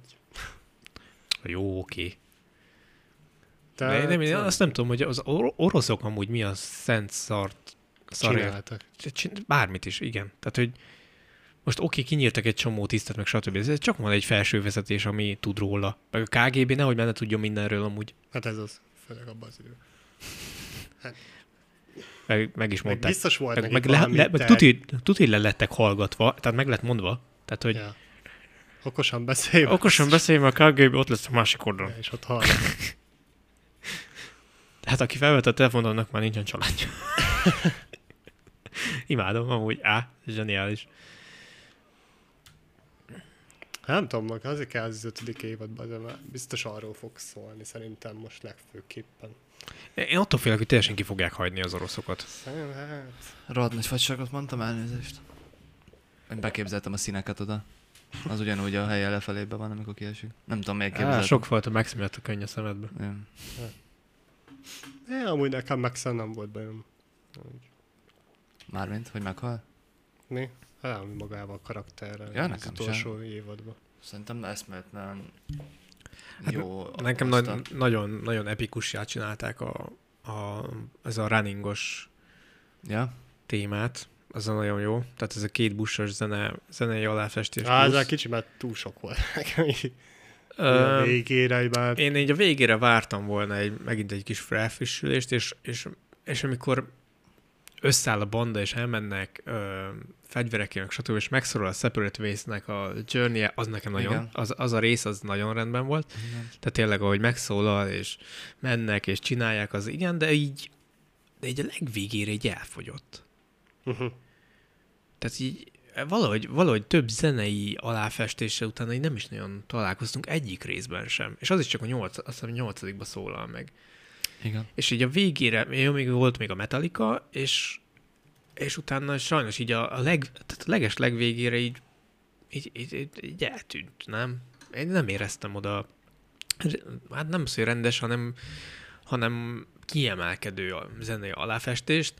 Jó, oké. De Hát, Tehát én nem, én azt nem tudom, hogy az or- oroszok amúgy mi a szent szart szarják. csináltak. Csin- csin- Bármit is, igen. Tehát, hogy most oké, kinyírtak egy csomó tisztet, meg stb. Ez csak van egy felső vezetés, ami tud róla. Meg a KGB nehogy már ne tudjon mindenről amúgy. Hát ez az. Főleg abban az időben. Meg, meg is Meg mondták. biztos volt Meg, nekik meg, le, valami le, meg terv. tuti, tuti le lettek hallgatva, tehát meg lett mondva. Tehát, hogy Ja. Okosan beszélj. okosan beszélj, mert a KGB ott lesz a másik oldalon. Ja, És ott hallgat. Hát aki felvett a telefont, annak már nincsen családja. Imádom, amúgy, á, zseniális. Hát nem tudom, meg azért kell az ötödik évadban, de már biztos arról fog szólni szerintem most legfőképpen. Én attól félek, hogy teljesen ki fogják hagyni az oroszokat. Szerintem, hát... Rohadt nagy fagyságot mondtam, elnézést. Én beképzeltem a színeket oda. Az ugyanúgy a helye lefelébe van, amikor kiesik. Nem tudom, miért Á, képzeltem. sok volt a megszemelt a könny a szemedbe. Igen. É, amúgy nekem Maxen nem volt bajom. Mármint, hogy meghal? Mi? Hát nem magával a karakterrel. Ja, az nekem is, utolsó évadban. Szerintem eszméletlen Hát jó. Nekem hozta. nagy, nagyon, nagyon epikussá csinálták a, a, ez a runningos Ja? témát. Az a nagyon jó. Tehát ez a két buszos zene, zenei aláfestés. Á, ez plusz. már kicsit már túl sok volt nekem így. Ö, a végére, már... Én így a végére vártam volna egy, megint egy kis felfrissülést, és, és, és amikor összeáll a banda, és elmennek ö, fegyverekének, stb., és megszorol a Separate Ways-nek a journey az nekem nagyon, Igen. az, az a rész az nagyon rendben volt. Igen. Tehát tényleg, ahogy megszólal, és mennek, és csinálják, az igen, de így, de így a legvégére így elfogyott. Uh-huh. Tehát így valahogy, valahogy több zenei aláfestése utána így nem is nagyon találkoztunk egyik részben sem. És az is csak a nyolc, azt hiszem, a nyolcadikba szólal meg. Igen. És így a végére, jó, még volt még a Metallica, és, és utána sajnos így a, a, leg, tehát a leges legvégére így, így, így, így, így eltűnt, nem? Én nem éreztem oda, hát nem szó rendes, hanem, hanem kiemelkedő a zenei aláfestést,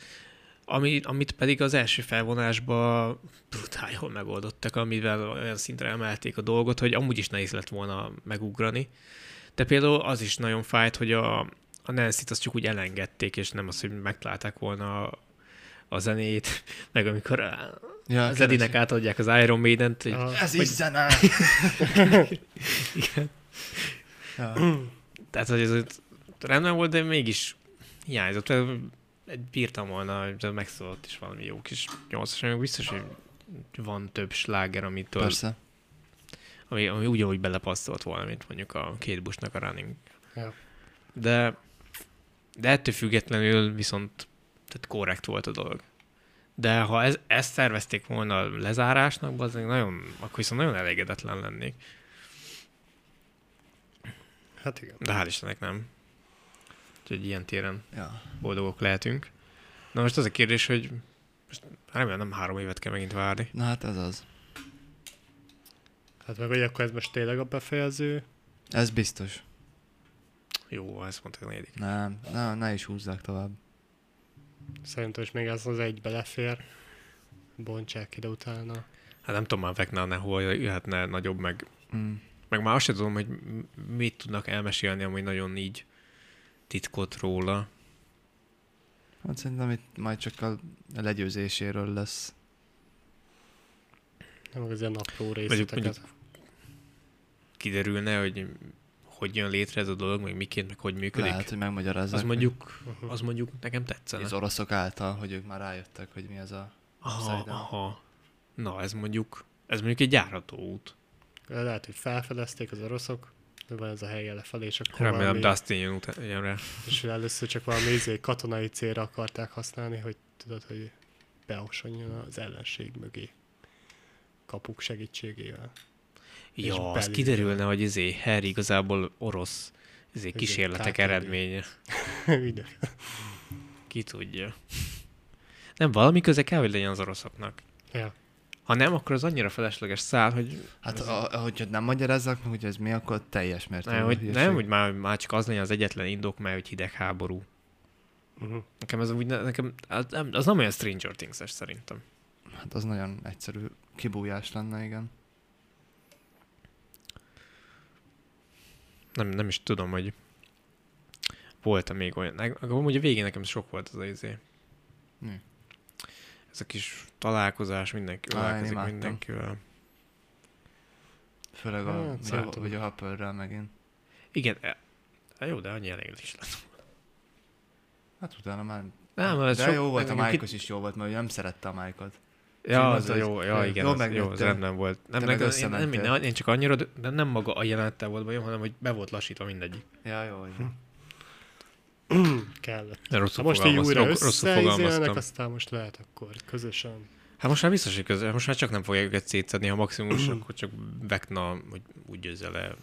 ami, amit pedig az első felvonásban brutál jól megoldottak, amivel olyan szintre emelték a dolgot, hogy amúgy is nehéz lett volna megugrani. De például az is nagyon fájt, hogy a, a Nancy-t azt csak úgy elengedték, és nem az, hogy megtalálták volna a, a zenét, meg amikor a, Ja, ja, az Edinek átadják az Iron Maiden-t, hogy Ah. Ez is zene! Igen. Ja. tehát hogy ez ott rendben volt, de mégis hiányzott. Tehát egy Bírtam volna, de megszólalt is valami jó kis 8-as, biztos, hogy van több sláger, amitől, Persze. ami, ami ugyanúgy belepasszolt volna, mint mondjuk a két busnak a running. Ja. De, de ettől függetlenül viszont tehát korrekt volt a dolog. De ha ez, ezt szervezték volna lezárásnak, az nagyon, akkor viszont nagyon elégedetlen lennék. Hát igen. De hál' Istennek nem. Úgyhogy ilyen téren Ja. boldogok lehetünk. Na most az a kérdés, hogy most remélem nem három évet kell megint várni. Na hát ez az. Hát meg, hogy akkor ez most tényleg a befejező. Ez biztos. Jó, ezt mondta a negyedik. Nem, ne, ne is húzzák tovább. Szerintem is még ez az egy belefér. Bontsák ide utána. Hát nem tudom, már Veknál ne hol jöhetne nagyobb, meg, Mm. meg már azt sem tudom, hogy m- mit tudnak elmesélni, amúgy nagyon így titkot róla. Hát szerintem itt majd csak a legyőzéséről lesz. Nem meg az ilyen apró Mondjuk- részleteket. Kiderülne, hogy hogy jön létre ez a dolog, meg miként, meg hogy működik. Lehet, hogy megmagyarázzák. az hogy mondjuk, az mondjuk nekem tetszene. Az oroszok által, hogy ők már rájöttek, hogy mi ez a... Aha, szerintem. aha. Na, ez mondjuk, ez mondjuk egy járható út. Lehet, hogy felfedezték az oroszok, de van ez a helye lefelé, és akkor Remélem valami, Dustin jön utá- jön rá. és hogy először csak valami izé, katonai célra akarták használni, hogy tudod, hogy beosonjon az ellenség mögé kapuk segítségével. és Ja, az belül. kiderülne, hogy izé Harry igazából orosz izé Igen, kísérletek KGB. eredménye. Ide. Ki tudja. Nem, valami köze kell, hogy legyen az oroszoknak. ja. Ha nem, akkor az annyira felesleges szál, hogy, Hát, a, hogyha nem magyarázzák meg, hogy ez mi, akkor teljes mértékben nem, hogy, hülyeség. nem, hogy már, már csak az legyen az egyetlen indok, mert hogy hidegháború. Uh-huh. Nekem ez úgy, ne- nekem, hát nem- az nem olyan Stranger Things-es szerintem. Hát az nagyon egyszerű kibújás lenne, igen. Nem, nem is tudom, hogy volt -e még olyan. Nekem- Amúgy a végén nekem sok volt az a izé. Mi? Ez a kis találkozás, mindenki Á, én találkozik imádtam. mindenkivel. Főleg a, Hát, hát, ugye, szerintem. ugye a Hopperrel megint. Igen, e- e, jó, de annyi elég is lett. Hát utána már... hát, Nem, de ez sok, jó volt, a nekem ki- Májkos is jó volt, mert ugye nem szerette a Májkot. Ja, az az a az- jó, ja, jó, igen, jó az, jó, az megmentél. rendben volt. Nem, Te meg meg az, én, nem, összementél. minden, én csak annyira, de nem maga a jelenettel volt bajom, hanem hogy be volt lassítva mindegyik. Ja, jó, igen. Kellett. De rosszul Ha most így újra rossz- rosszul összeizélnek, fogalmaztam. aztán most lehet akkor közösen. Hát most már biztos, hogy közel, most már csak nem fogják őket szétszedni, ha maximus, akkor csak Vekna, hogy úgy győzze le.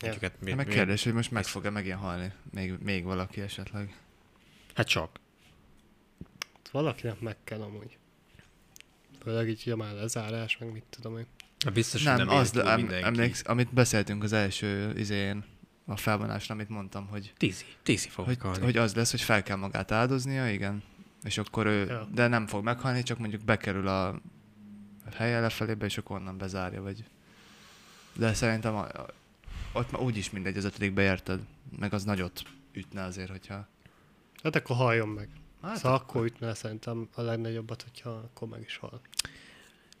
Ja. Őket, mi, Hát meg mi- kérdés, hogy most meg fog-e megint halni? Még, még valaki esetleg. Hát csak. Valakinek meg kell amúgy. Főleg így, hogy már lezárás, meg mit tudom én. Hát biztos, nem, hogy nem az, éli túl em, mindenki. emléksz, amit beszéltünk az első izén, a felvonásra, amit mondtam, hogy, Tízi, tízi fog hogy, halni. hogy az lesz, hogy fel kell magát áldoznia, igen. És akkor ő, Ja. de nem fog meghalni, csak mondjuk bekerül a a helye lefelébe, és akkor onnan bezárja, vagy... De szerintem a, a, ott már úgyis mindegy, az ötödikbe érted, meg az nagyot ütne azért, hogyha... Hát akkor halljon meg. Hát, Hát szóval akkor ütne le szerintem a legnagyobbat, hogyha akkor meg is hal.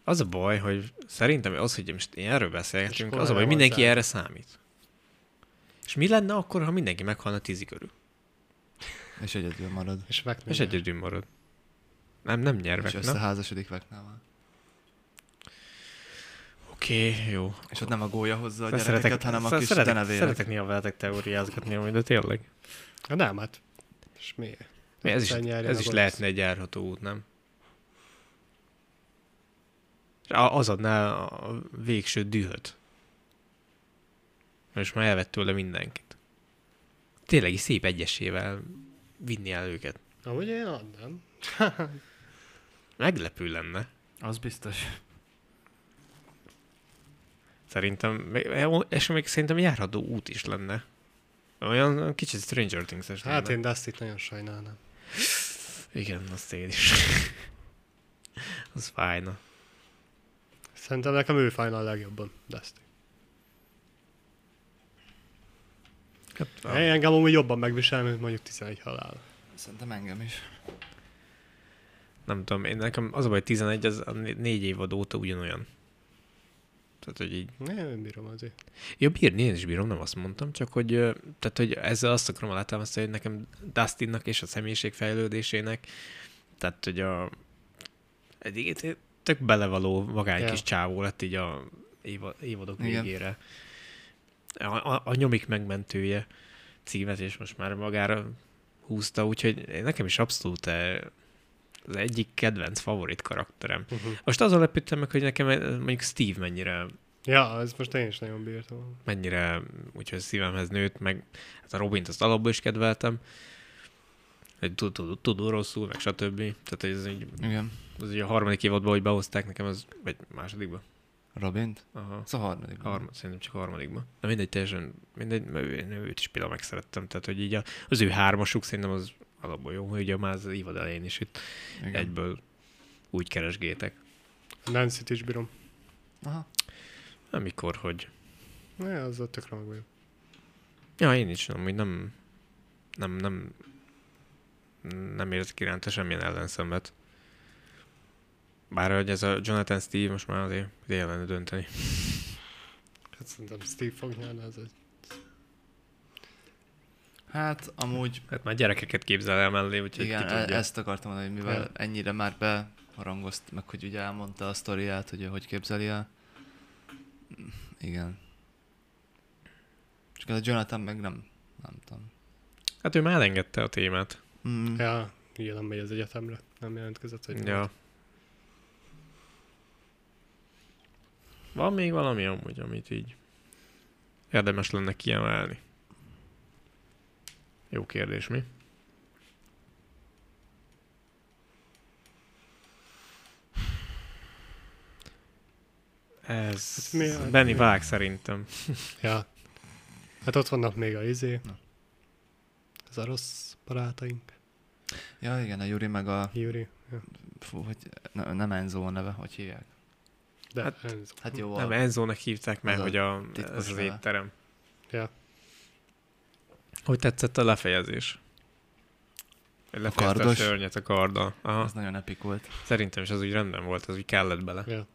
Az a baj, hogy szerintem az, hogy most én erről beszélgetünk, És az a baj, hogy korán mindenki van erre számít. És mi lenne akkor, ha mindenki meghalna tízi körül? És egyedül marad. És meg És egyedül marad. Nem, nem És nyervek, na. összeházasodik Veknával. Oké, okay, jó. És ott nem a gólya hozza a Szóval gyerekeket, hanem a szóval kis szeretek, denevéret. Szeretek néha veletek teóriázgatni, amúgy, de tényleg. Hát nem, hát. És Hát mi? Mi, ez is, Aztán nyerjen ez a is gonosz. lehetne egy járható út, nem? a- az adná a végső dühöt. Most már elvett tőle mindenkit. Tényleg is szép egyesével vinni el őket. Amúgy én adnám. Meglepő lenne. Az biztos. Szerintem, és még szerintem járható út is lenne. Olyan kicsit Stranger Things-es Hát lenne. én Dusty-t nagyon sajnálnám. Igen, azt én is. az fájna. Szerintem nekem ő fájna a legjobban, Dusty. Hát, Ah. Engem amúgy jobban megvisel, mint mondjuk 11 halál. Szerintem engem is. nem tudom, én nekem az a baj, 11, az a né- négy évad óta ugyanolyan. Tehát, hogy így Nem, én bírom azért. Ja, bírni én is bírom, nem azt mondtam, csak hogy, ö, tehát, hogy ezzel azt akarom alátámasztani, hogy nekem Dustinnak és a személyiség fejlődésének, tehát, hogy a eddig itt tök belevaló magány Ja. kis csávó lett így a éva- évadok Igen. végére. A, a, a nyomik megmentője címet, és most már magára húzta, úgyhogy nekem is abszolút eh, az egyik kedvenc favorit karakterem. Uh-huh. Most azon lepődtem meg, hogy nekem eh, mondjuk Steve mennyire Ja, ez most én is nagyon bírtam. mennyire úgyhogy szívemhez nőtt, meg hát a Robint azt alapból is kedveltem, hogy tud, tud, tud rosszul, meg stb. Tehát hogy ez így, Igen. az így a harmadik évadban, hogy behozták nekem, az, vagy másodikba. Robint? Aha. Ez a harmadik. Harm, szerintem csak a harmadikba. De mindegy, teljesen, mindegy, mert ő- én őt is például megszerettem. Tehát, hogy így a, az ő hármasuk szerintem az alapból jó, hogy ugye már az évad elején is itt Igen. egyből úgy keresgétek. A Nancy-t is bírom. Aha. Amikor, hogy Ne, azzal tökre meg vagyok. Ja, én is amúgy nem, nem, nem, nem érzek iránta semmilyen ellenszenvet. Bár hogy ez a Jonathan Steve most már azért idén lenne dönteni. Hát szerintem Steve fog nyerni, ez egy... Hát amúgy Hát már gyerekeket képzel el mellé, úgyhogy igen, ki tudja. e- ezt akartam mondani, hogy mivel Ja. ennyire már beharangozt, meg hogy ugye elmondta a sztoriát, hogy ő hogy képzeli el. Mm, Igen. Csak ez a Jonathan meg nem, nem tudom. Hát ő már elengedte a témát. Mm. Ja, ugye nem megy az egyetemre. Nem jelentkezett, hogy Ja. Van még valami amúgy, amit így érdemes lenne kiemelni? Jó kérdés, mi? Ez Hát mi a- Benny vág szerintem. Ja. Hát ott vannak még a izé. Na. Ez a rossz barátaink. Ja, igen, a Juri meg a, Júri. Ja. fú, hogy ne, nem Enzo a neve, hogy hívják. De Hát- hát, ez, Hát jó, Nem, a, Enzónak hívták meg, Az a hogy a, titkos ez az neve. étterem. ja. Hogy tetszett a lefejezés? Lefejezte a kardos? sörnyet a karddal. Aha. az nagyon epik volt. Szerintem is az úgy rendben volt, az úgy kellett bele. ja.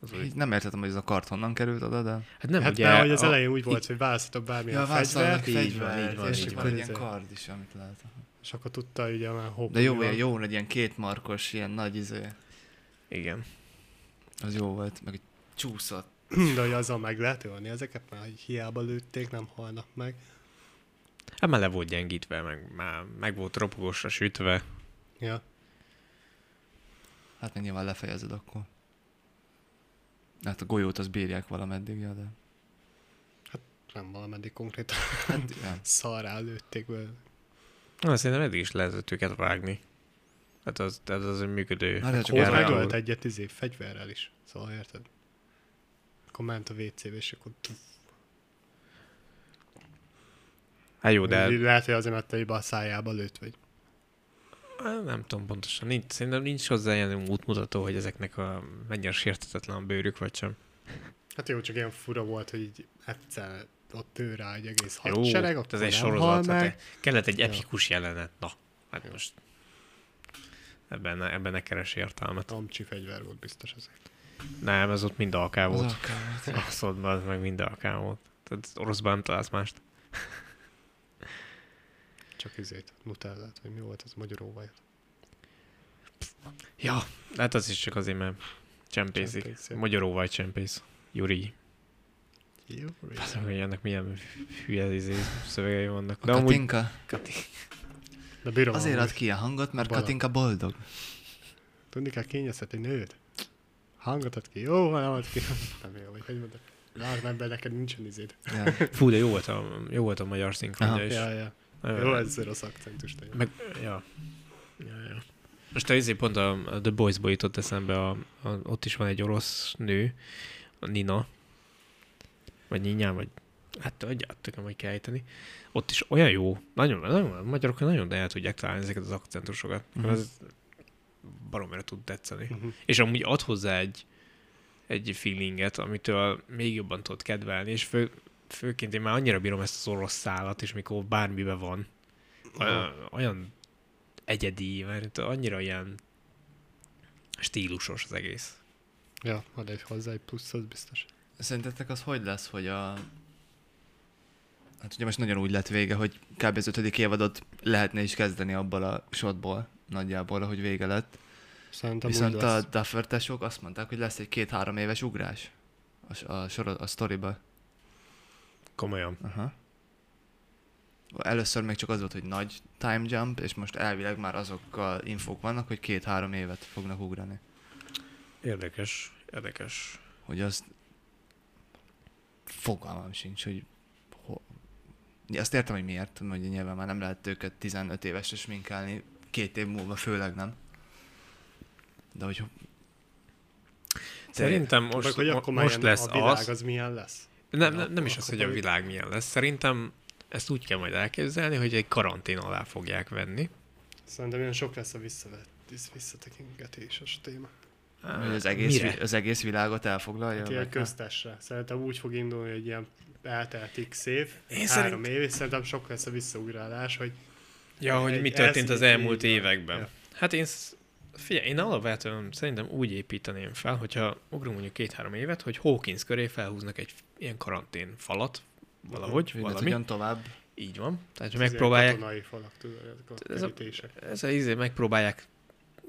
Az úgy... Így nem értettem, hogy ez a kart honnan került oda, de... Hát nem, hát ugye... mert hogy az a- elején úgy volt, hogy választhatok bármilyen ja, fegyvert, így van, így van, és így akkor van. egy ilyen Izé. kard is, amit lehet. és akkor tudta ugye már hop. De jó, jó, jó, hogy egy ilyen kétmarkos, ilyen nagy izé. Igen. Az jó volt, meg egy csúszott. De hogy azzal meg lehet ölni ezeket, mert hogy hiába lőtték, nem halnak meg. Hát már le volt gyengítve, meg, már meg volt ropogósra sütve. Ja. Hát meg nyilván lefejezed akkor. Hát a golyót az bírják valameddig, ja, de... Nem valameddig konkrétan Hát, ja. szarrá lőtték be. Na, szerintem eddig is lehetett őket vágni. Hát az, ez az egy működő. Hát, de csak Kód erre megölt jól. egyet izé fegyverrel is. Szóval érted? Akkor ment a WC-be, és akkor tuff. Hát jó, de Így lehet, hogy azért, mert te a szájába lőtt vagy. hát nem tudom pontosan. Nincs, szerintem nincs hozzá ilyen útmutató, hogy ezeknek a mennyire sértetetlen a bőrük, vagy sem. Hát jó, csak ilyen fura volt, hogy így egyszer ott ő rá egy egész Jó, hadsereg, hát akkor ez egy nem hal sorozat. meg. Hát kellett egy Ja. epikus jelenet. Na, hát most ebben, ne- ebben ne keres értelmet. Amcsi fegyver volt biztos ezért. Nem, ez ott mind alká Az volt. alkalmat. Abszolút, az meg minden akár volt. Tehát oroszban nem találsz mást. Csak izét, nutellát, vagy mi volt ez, magyar óvajat. Ja, hát az is csak azért, mert csempészik. Csempészik. Magyar óvaj csempész. Juri. Jó, Azt mondom, hogy ennek milyen hülye izé szövegei vannak. A De amúgy... Katinka De bírom azért amúgy. ad ki a hangot, mert Balak. Katinka boldog. Tudni kell kényeztet egy nőt? Hangot ad ki, jó hangot ki. Nem jó, vagy hogy mondod. Lásd ember, neked nincsen izéd. Ja. Fú, de jó volt a, jó volt a magyar szinkronja Aha. is. Ja, ja. Nagyon- Jó, ez rossz akcentus. de jó. Meg, ja. ja, ja. Most a izé pont a, a The Boys-ból jutott eszembe, a, a, ott is van egy orosz nő, a Nina, vagy Ninyám, vagy hát adjátok, nekem, hogy kell ejteni. Ott is olyan jó, nagyon, nagyon a magyarok nagyon el tudják találni ezeket az akcentusokat. Mhm. Mm-hmm. Ez baromira tud tetszeni. Mhm. És amúgy ad hozzá egy, egy feelinget, amitől még jobban tudod kedvelni, és fő, főként én már annyira bírom ezt az orosz szálat, és mikor bármibe van, olyan, olyan egyedi, mert annyira ilyen stílusos az egész. Ja, ad egy hozzá egy plusz, az biztos. Szerintetek az hogy lesz, hogy a... Hát ugye most nagyon úgy lett vége, hogy kb. az ötödik évadot lehetne is kezdeni abból a shotból nagyjából, ahogy vége lett. Szerintem Viszont Viszont úgy a lesz. Duffertesok azt mondták, hogy lesz egy két-három éves ugrás a, s- a, sor, a sztoriba. Komolyan. Aha. Először még csak az volt, hogy nagy time jump, és most elvileg már azokkal infók vannak, hogy két-három évet fognak ugrani. Érdekes, érdekes. Hogy azt fogalmam sincs, hogy ho... Ja, azt értem, hogy miért, hogy nyilván már nem lehet őket 15 évesre sminkálni, két év múlva főleg nem. De hogy Szerintem Most, most, Meg, hogy akkor már most lesz a világ az... az. az milyen lesz? Nem, akkor- nem, nem is az, akkor hogy a pedig- világ milyen lesz. Szerintem ezt úgy kell majd elképzelni, hogy egy karantén alá fogják venni. Szerintem olyan sok lesz a visszavett, visz- visszatekingetéses téma. Hogy az egész, Mire? vi- az egész világot elfoglalja? Hát vagy- ilyen köztesre. Szerintem úgy fog indulni, hogy ilyen eltelt x év, Én három szerint- év, és szerintem sok lesz a visszaugrálás, hogy Ja, hogy mi Egy történt az elszíni- elmúlt így van. években. Ja. Hát én, sz- figyelj, én alapvetően szerintem úgy építeném fel, hogyha ugrunk mondjuk két-három évet, hogy Hawkins köré felhúznak egy ilyen karantén falat, valahogy, Hogy ne valami. tudjon tovább. Így van. Tehát, hogy Ez ilyen megpróbálják, Katonai falak, tudod, ezek a Ez a- kerítések. ez a izé, megpróbálják,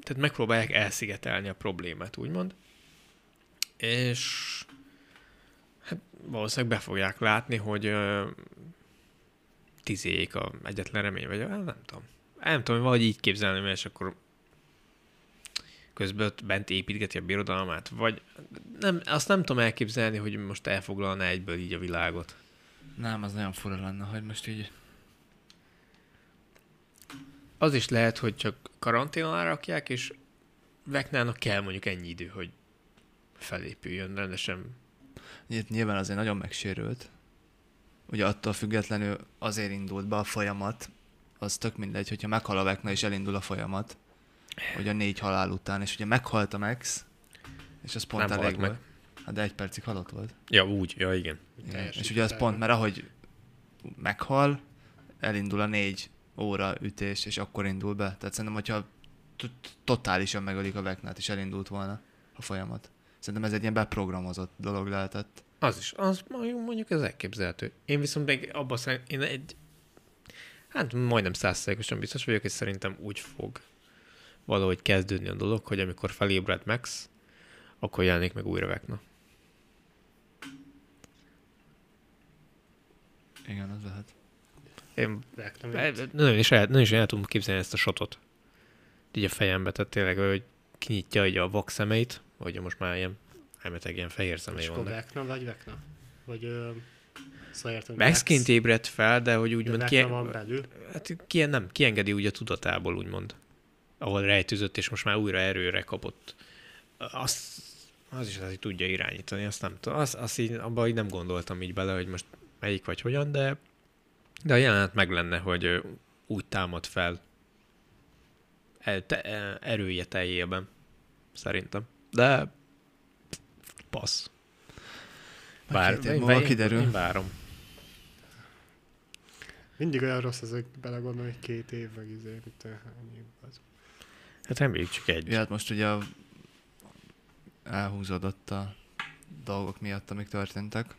tehát megpróbálják elszigetelni a problémát, úgymond. És hát valószínűleg be fogják látni, hogy ö, tíz éjék a egyetlen remény, vagy hát nem tudom. Nem tudom, valahogy így képzelni, és akkor közben ott bent építgeti a birodalmát, vagy nem, azt nem tudom elképzelni, hogy most elfoglalna egyből így a világot. Nem, az nagyon fura lenne, hogy most így... Az is lehet, hogy csak karantén alá rakják, és Veknának kell mondjuk ennyi idő, hogy felépüljön rendesen. Itt nyilván azért nagyon megsérült. Ugye attól függetlenül azért indult be a folyamat, az tök mindegy, hogyha meghal a Vecna és elindul a folyamat, ugye a négy halál után, és ugye meghalt a Max, és az pont Nem halt elég meg. volt. Hát de egy percig halott volt. Ja, úgy, ja, igen. Igen. Teljes És ugye az iparág. pont, mert ahogy meghal, elindul a négy óra ütés, és akkor indul be. Tehát szerintem, hogyha t- t- totálisan megölik a Vecnát, és elindult volna a folyamat. Szerintem ez egy ilyen beprogramozott dolog lehetett. Az is, az mondjuk mondjuk ez elképzelhető. Én viszont még abban szerint, én egy, hát majdnem százszerűen biztos vagyok, és szerintem úgy fog valahogy kezdődni a dolog, hogy amikor felébred Max, akkor jelenik meg újra Vekna. Igen, az lehet. Én Reklám, E- Nagyon is, el, nagyon is el tudom képzelni ezt a shotot. Így a fejembe, tehát tényleg, hogy kinyitja így a vak szemeit, vagy most már ilyen elmeteg ilyen fehér szemei És akkor vannak. Vekna vagy Vekna? Vagy ö, szóval értem, Maxként ébredt fel, de hogy úgymond ki, Vekna van belül. hát, ki, nem, kiengedi úgy a tudatából, úgymond. Ahol rejtőzött, és most már újra erőre kapott. Azt, az is az, hogy tudja irányítani, azt nem tudom. Azt, azt így, abban így nem gondoltam így bele, hogy most melyik vagy hogyan, de, de a jelenet meg lenne, hogy ö, úgy támad fel el, te, e- erője teljében, szerintem. De passz. Majd két év múlva kiderül. Én várom. Mindig olyan rossz az, hogy belegondolom, hogy két év, meg izé, mit tudom, hány év az. Hát reméljük csak egy. Ja, hát most ugye a- elhúzódott a dolgok miatt, amik történtek,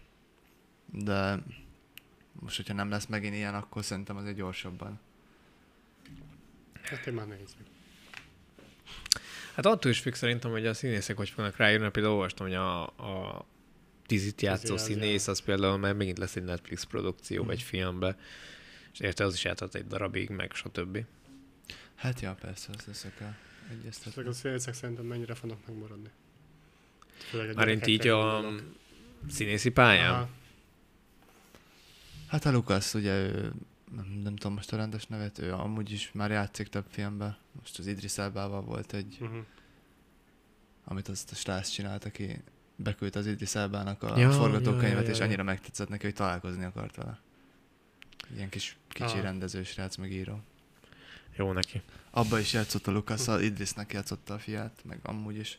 de most, hogyha nem lesz megint ilyen, akkor szerintem azért gyorsabban. Hát én már nézzük. Hát attól is függ szerintem, hogy a színészek hogy fognak ráírni, például olvastam, hogy a, a tizit játszó az Mhm. színész, az például már megint lesz egy Netflix produkció, vagy filmbe, és érte az is játszhat egy darabig, meg stb. Hát ja, persze, azt össze kell Csak egyeztetni. az színészek szerintem mennyire fognak megmaradni. Főleg a Márint így gyerekekre a gondolok. színészi pályán. Aha. Hát a Lucas, ugye ő, nem, nem tudom most a rendes nevet, ő amúgy is már játszik több filmben. Most az Idris Elbával volt egy, Uh-huh. amit azt a srác csinált, aki beküldte az Idris Elbának a Ja, ja, forgatókönyvet, ja, ja, ja, és ja. annyira megtetszett neki, hogy találkozni akart vele. Ilyen kis kicsi Ah. ah. rendező srác, meg író. Jó neki. Abba is játszott a Lucas, a Idrisnek játszotta a fiát, meg amúgy is.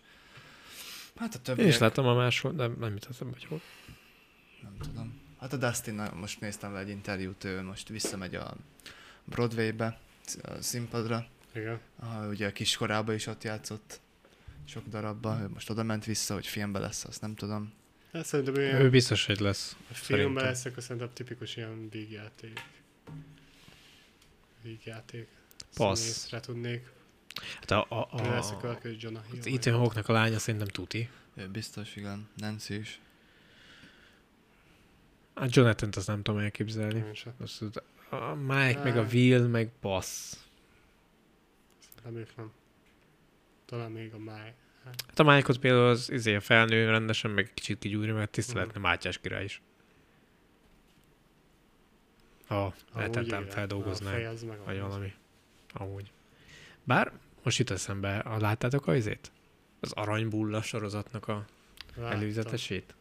Hát a Én is többiek, láttam a máshol, nem, nem jutottam, hogy hol. nem tudom. Hát a Dustin, most néztem le egy interjút, ő most visszamegy a Broadway-be, a színpadra, Igen. Ah, ugye a kiskorában is ott játszott sok darabban, ő most oda ment vissza, hogy filmbe lesz, azt nem tudom. Hát szerintem ilyen Ő biztos, hogy lesz. a filmben szerintem. leszek, azt szerintem tipikus ilyen vígjáték. Vígjáték. Passz. Színészre tudnék. Hát a, a, Ő lesz a a, következő Jonah az Hill. Ethan vagy- Hawke-nak a lánya szerintem tuti. Ő biztos, igen, Nancy is. Hát jonathan azt nem tudom elképzelni. Én sem. Azt, tud- a Mike, meg a Hát. Will, meg Bass. Nem ők nem. Talán még a máj. Hát a Mike-ot például az izé, felnő rendesen, meg kicsit kigyúrja, mert tiszteletne Mátyás király is. Ha lehetetlen feldolgoznánk, fejez meg vagy amúgy. valami. Amúgy. Bár most jut eszembe, a, láttátok a izét? Az aranybulla sorozatnak a Láttam. előzetesét?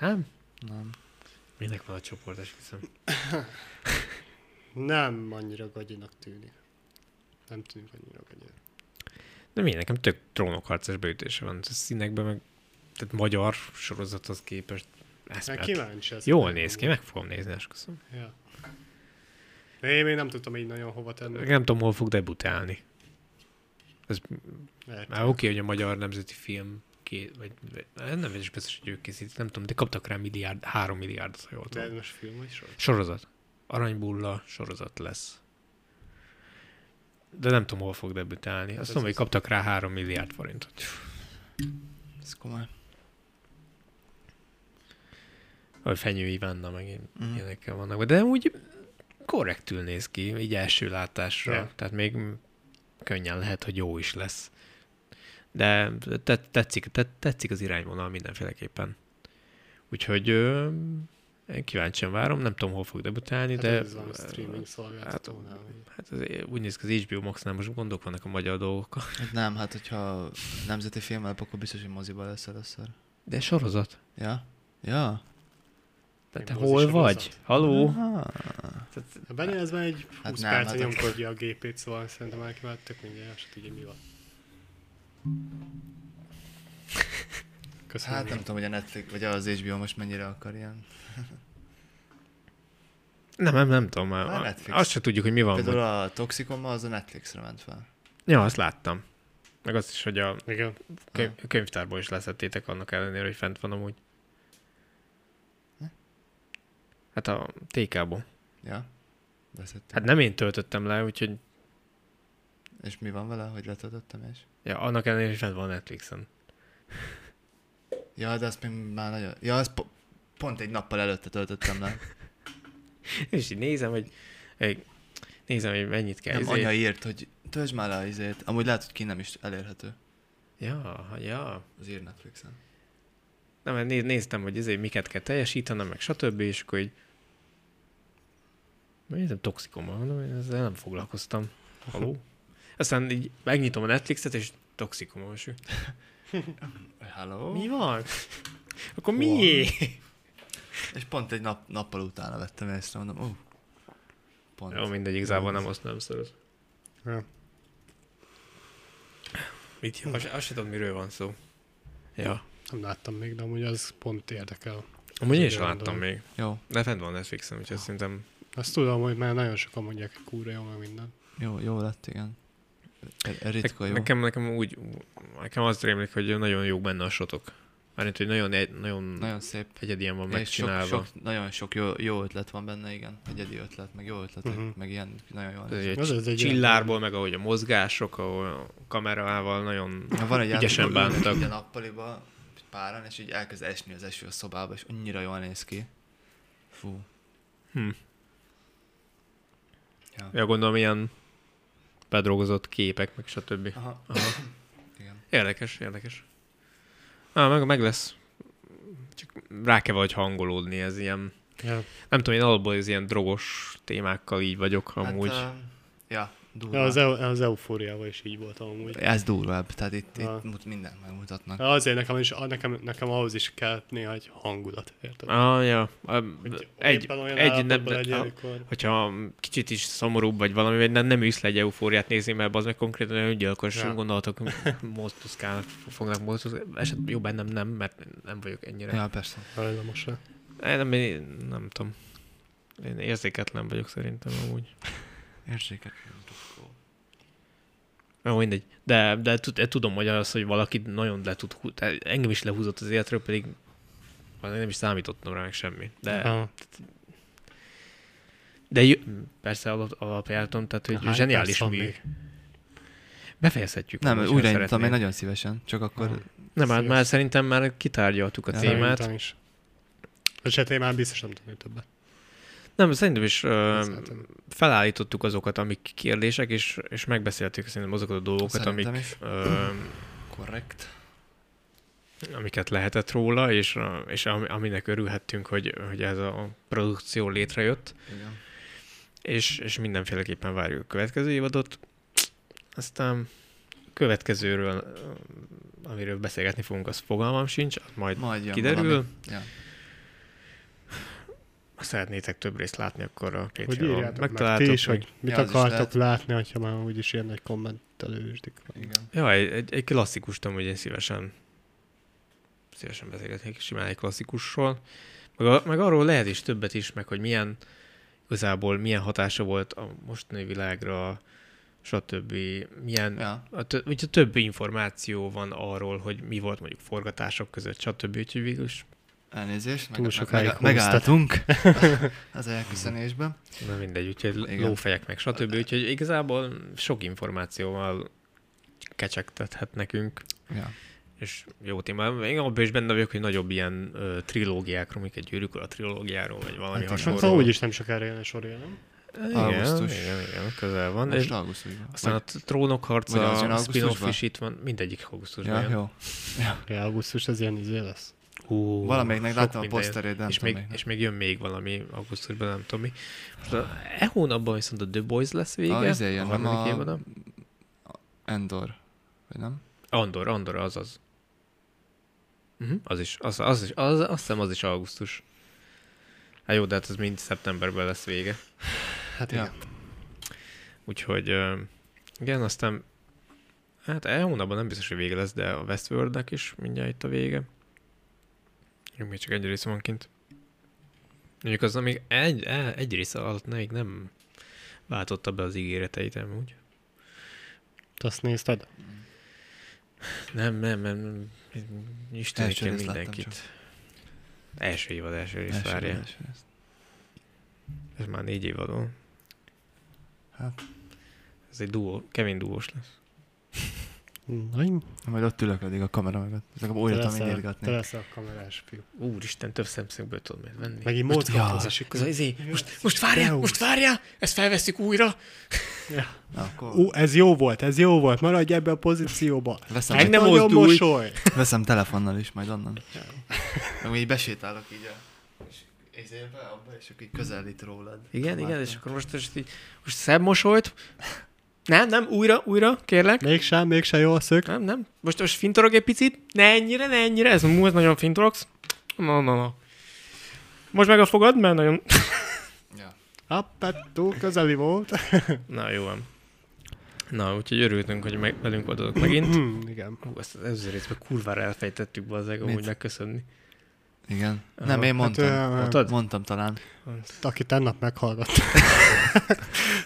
Nem? Nem. Minek van a csoport, esküszöm. Nem annyira gagyinak tűnik. Nem tűnik annyira gagyinak. De mi, nekem tök trónokharcos beütése van. A színekben meg, tehát magyar sorozathoz képest. Ez Mert kíváncsi ez. Jól néz ki, meg fogom nézni, esküszöm. Ja. Én még nem tudtam így nagyon hova tenni. Nem tudom, hol fog debutálni. Ez Lehet. már oké, hogy a magyar nemzeti film ké, vagy vagy- nem is biztos, hogy ők készítik, nem tudom, de kaptak rá milliárd, három milliárdot, ha jól De tudom. ez most film vagy sor? Sorozat. Aranybulla sorozat lesz. De nem tudom, hol fog debütálni. Azt Hát Ez tudom, hogy az- kaptak rá három milliárd forintot. Ez komoly. Vagy Fenyő Ivánna, meg ilyen- Mhm. ilyenekkel vannak. De úgy korrektül néz ki, így első látásra. Ja. Tehát még könnyen lehet, hogy jó is lesz. De te- tetszik, te- tetszik az irányvonal mindenféleképpen. Úgyhogy ö, én kíváncsian várom, nem tudom, hol fog debütálni, Hát de ez van a streaming szolgáltatónál. hogy- hát az, úgy néz ki az HBO Max-nál, most gondok vannak a magyar dolgokkal. Hát nem, hát hogyha nemzeti film lep, akkor biztos, hogy moziba lesz először. De sorozat. Ja? Ja? Tehát te Egy Mhm. hol mozisorozat. vagy? Haló? Aha. Hát Benne ez már egy 20 Hát hát nem, hát perc hát akkor- nyomkodja a gépét, szóval szerintem már már tök mindegy, azt se tudja mi van. Köszönöm. Hát nem tudom, hogy a Netflix vagy az HBO most mennyire akar ilyen. Nem, nem, nem tudom. már. Már Netflix. Azt se tudjuk, hogy mi van. Például a Toxicoma az a Netflixre ment fel. Ja, azt láttam. Meg azt is, hogy a Igen. könyv, könyvtárból is leszettétek annak ellenére, hogy fent van amúgy. Hm? Hát a TK-ból. Ja? Veszettem. Hát nem én töltöttem le, úgyhogy És mi van vele, hogy letöltöttem és? ja, annak ellenére, hogy fent van a Netflixen. Ja, de azt még már nagyon... Ja, azt po- pont egy nappal előtte töltöttem le. És így nézem, hogy hogy nézem, hogy mennyit kell. Nem, izé- anya írt, hogy töltsd már le izét. Amúgy látod, hogy ki nem is elérhető Ja, ja. az ír Netflixen. Nem, mert né- néztem, hogy ezért miket kell teljesítenem, meg stb. És akkor így... Nézem, toxikom, mondom, én ezzel nem foglalkoztam. Haló? Aztán így megnyitom a Netflixet, és toxikom, és Hello? Mi van? Akkor Hol? mié? És pont egy nap, nappal utána vettem észre, mondom, ó, pont. Jó, mindegy, igazából nem azt nem szeret. Ja. Mit jön? Azt, azt sem tudom, miről van szó. Ja. Nem láttam még, de amúgy az pont érdekel. Amúgy én Igen, is láttam gondolom. még. Jó, De fent van Netflixen, úgyhogy szerintem... Azt tudom, hogy már nagyon sokan mondják, hogy kúra jó, meg minden. jó, jó lett, igen. E- e- Ritka jó. Nekem, nekem úgy... Nekem azt rémlik, hogy nagyon jók benne a sotok. Mármint, hogy nagyon, egy- nagyon, nagyon Nagyon szép. egyedien van És sok, megcsinálva. sok, nagyon sok jó, jó ötlet van benne, igen. Egyedi ötlet, meg jó ötletek, Mhm. uh-huh. meg ilyen nagyon jól. Ez egy Az- ez egy csillárból, meg ahogy a mozgások, ahol a kamerával nagyon... Ja, van egy Ügyesen játékban, ülnek bántak. Így a nappaliba páran, és így elkezd esni az eső a szobába, és annyira jól néz ki. Fú. Hm. Ja. Ja, gondolom, ilyen bedolgozott képek, meg stb. Aha. Aha. Igen. Érdekes, érdekes. Á, meg, meg lesz. Csak rá kell vagy hangolódni, ez ilyen, Ja. nem tudom, én alapból ez ilyen drogos témákkal így vagyok amúgy. Hát, Hát, uh, ja, durva. Ja, az, eu- az eufóriával is így voltam amúgy. Ez durvább, tehát itt, Ja. itt mut, mindent megmutatnak. Ja, Azért nekem, is, nekem, nekem ahhoz is kell néha egy hangulat, érted? ah, ja. Ah, Egy, Éppen olyan egy nem, állapotban nem, legyen, ah, amikor- hogyha kicsit is szomorúbb vagy valami, vagy nem, nem ülsz le egy eufóriát nézni, mert az meg konkrétan öngyilkos Ja. ja. gondolatok mozduszkálnak, fognak mozduszkálni. Eset jó bennem nem, mert nem vagyok ennyire. Ja. Ja, persze. Hajlamosan. Nem, én, nem tudom. Én érzéketlen vagyok szerintem amúgy. Érzéket. Jó, mindegy. De, de tud- tudom, hogy az, hogy valaki nagyon le tud, hú- tehát engem is lehúzott az életről, pedig valami nem is számítottam rá meg semmi. De, Ah, de jó, persze alap, alapjáratom, tehát hogy hány perc zseniális van mű. még? Befejezhetjük. Nem, amúgy, ha újra indítom, én szeretnéd. nagyon szívesen, csak akkor... Nem, hát Sziasztok. már szerintem már kitárgyaltuk a Ja, témát. Szerintem is. És hát én már biztos nem tudnék többet. Nem, szerintem is ö, Szerintem. felállítottuk azokat, amik kérdések, és, és megbeszéltük szerintem azokat a dolgokat, amik, Szerintem is. ö, Korrekt. amiket lehetett róla, és, ö, és ami- aminek örülhettünk, hogy, hogy ez a produkció létrejött, Igen. és, és mindenféleképpen várjuk a következő évadot. Aztán következőről, ö, amiről beszélgetni fogunk, az fogalmam sincs, az majd Majd jön kiderül. valami. Ja. Ha szeretnétek több részt látni, akkor a Hogy Patreon írjátok meg megtaláltok. ti is, hogy mit Ja, az is akartok lehet. látni, ha már úgyis ilyen nagy kommentelősdik. van. Igen. Ja, egy, egy, egy klasszikus, tudom, hogy én szívesen szívesen beszélgetnék simán egy klasszikusról. Meg, a, meg arról lehet is többet is, meg hogy milyen igazából milyen hatása volt a mostani világra, stb. Milyen, ja. Ja. a tö, úgyhogy több információ van arról, hogy mi volt mondjuk forgatások között, stb. Úgyhogy végül is Elnézést, meg, Túl meg, sokáig meg, húztad. megálltunk az elköszönésben. Na mindegy, úgyhogy Igen. Igen. lófejek meg, stb. Úgyhogy igazából sok információval kecsegtethet nekünk, Ja. és jó téma. Én abban is benne vagyok, hogy nagyobb ilyen ö, trilógiákról, mondjuk egy gyűrűk a trilógiáról, vagy valami Hát hát igen. Hát hasonló. szóval úgyis nem sokára jön a sor, nem? igen, Augusztus. igen, igen, közel van. Most és augusztusban. aztán Vagy- a trónok vagy harca, az jön a spin-off augusztusban? is itt van, mindegyik augusztusban. Ja, jön. jó. Ja, augusztus az ilyen izé lesz. Hú, Valamelyiknek sok láttam a minden jön. poszterét, nem és tudom még, még. és még jön még valami augusztusban, nem tudom mi. Most a, e hónapban viszont a The Boys lesz vége. A izé jön, a nem harmadik a- évadon. Endor. Vagy nem? Andor, Andor, az az. Uh-huh. Az is, az, az is, az, azt hiszem az is augusztus. Hát jó, de hát ez mind szeptemberben lesz vége. Hát Ja. igen. Úgyhogy ö, igen, aztán hát e hónapban nem biztos, hogy vége lesz, de a Westworldnek is mindjárt itt a vége. Jó, még csak egy része van kint. Mondjuk az, amíg egy, e- egy része alatt még nem váltotta be az ígéreteit amúgy. Te azt nézted? Nem, nem, nem, nem. Isten Első kell részt láttam mindenkit. Első évad, első rész, Első, várja. első rész. Ez már négy évadon. Hát, Ez egy duó, kemény dúós lesz. Nagy. majd ott ülök addig a kamera mögött. Ezek újra tudom én Te írgatni. leszel a kamerás fiú. Úristen, több szemszögből tudod majd venni. Megint Most- ja. mozgatkozás. az izé, most, most Deus. várjál, ezt felveszük újra. Na, akkor Ú, ez jó volt, ez jó volt, maradj ebbe a pozícióba. veszem, Meg ne nem nagyon mozdulj. mosoly. veszem telefonnal is, majd onnan. Meg így besétálok így a és izébe, abba, és akkor így közelít rólad. Igen, Már igen, te- és akkor most, most, így, most szebb mosolyt. Nem, nem, újra, újra, kérlek. Mégsem, mégsem jó a szög. Nem, nem. Most, most fintorog egy picit. Ne ennyire, ne ennyire. Ez múlt, nagyon fintorogsz. Na, na, na. Most meg a fogad, mert nagyon... Ja. Appet, hát túl közeli volt. Na, jó van. Na, úgyhogy örültünk, hogy meg, velünk voltatok megint. Hmm, igen. Hú, ezt az előző részben kurvára elfejtettük bazzeg, amúgy Mit? megköszönni. Igen. Aha. Nem, én mondtam. Hát, ö, Mondtad? Mondtam talán. Hát. Aki tennap meghallgat.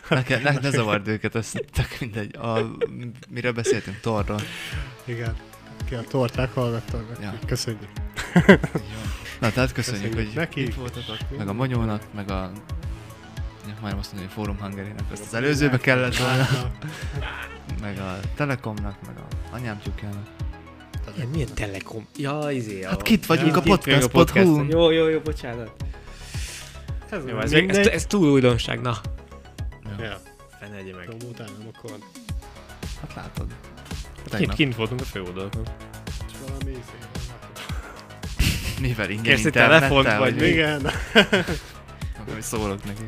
Nekem, ne, ne zavard őket, ez tök mindegy. A, miről beszéltünk? Torról. Igen. Ki a torták hallgattak meg. Ja. Köszönjük. Na, tehát köszönjük, Köszönjük hogy neki. itt voltatok, meg a Manyónak, meg a... Ja, majdnem azt mondom, hogy a Fórum Hungarynek, ezt az előzőbe kellett volna, meg a Telekomnak, meg a anyám tyúkjának. Ja, milyen telekom? Ja, izé. Hát kit vagyunk Ja, a podcast, podcast Jó, jó, jó, bocsánat. Ez Jó, ez, még, ez, ez túl újdonság, na. Ja, Fene egye meg. jó, utána akkor Hát látod. Kint, Tegnap. kint voltunk a főoldalon. valami szép. Mivel ingyen Kérsz egy internettel, telefont, vagy mi? Igen. Akkor szólok neki.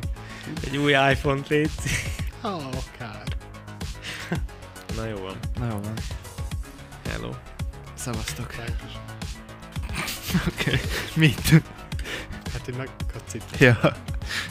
Egy új iPhone-t létsz. Ha, akár. Na jó van. Na jó van. Hello. Szavaztok. Tánkos. Mit? Hát, hogy megkacít. Ja.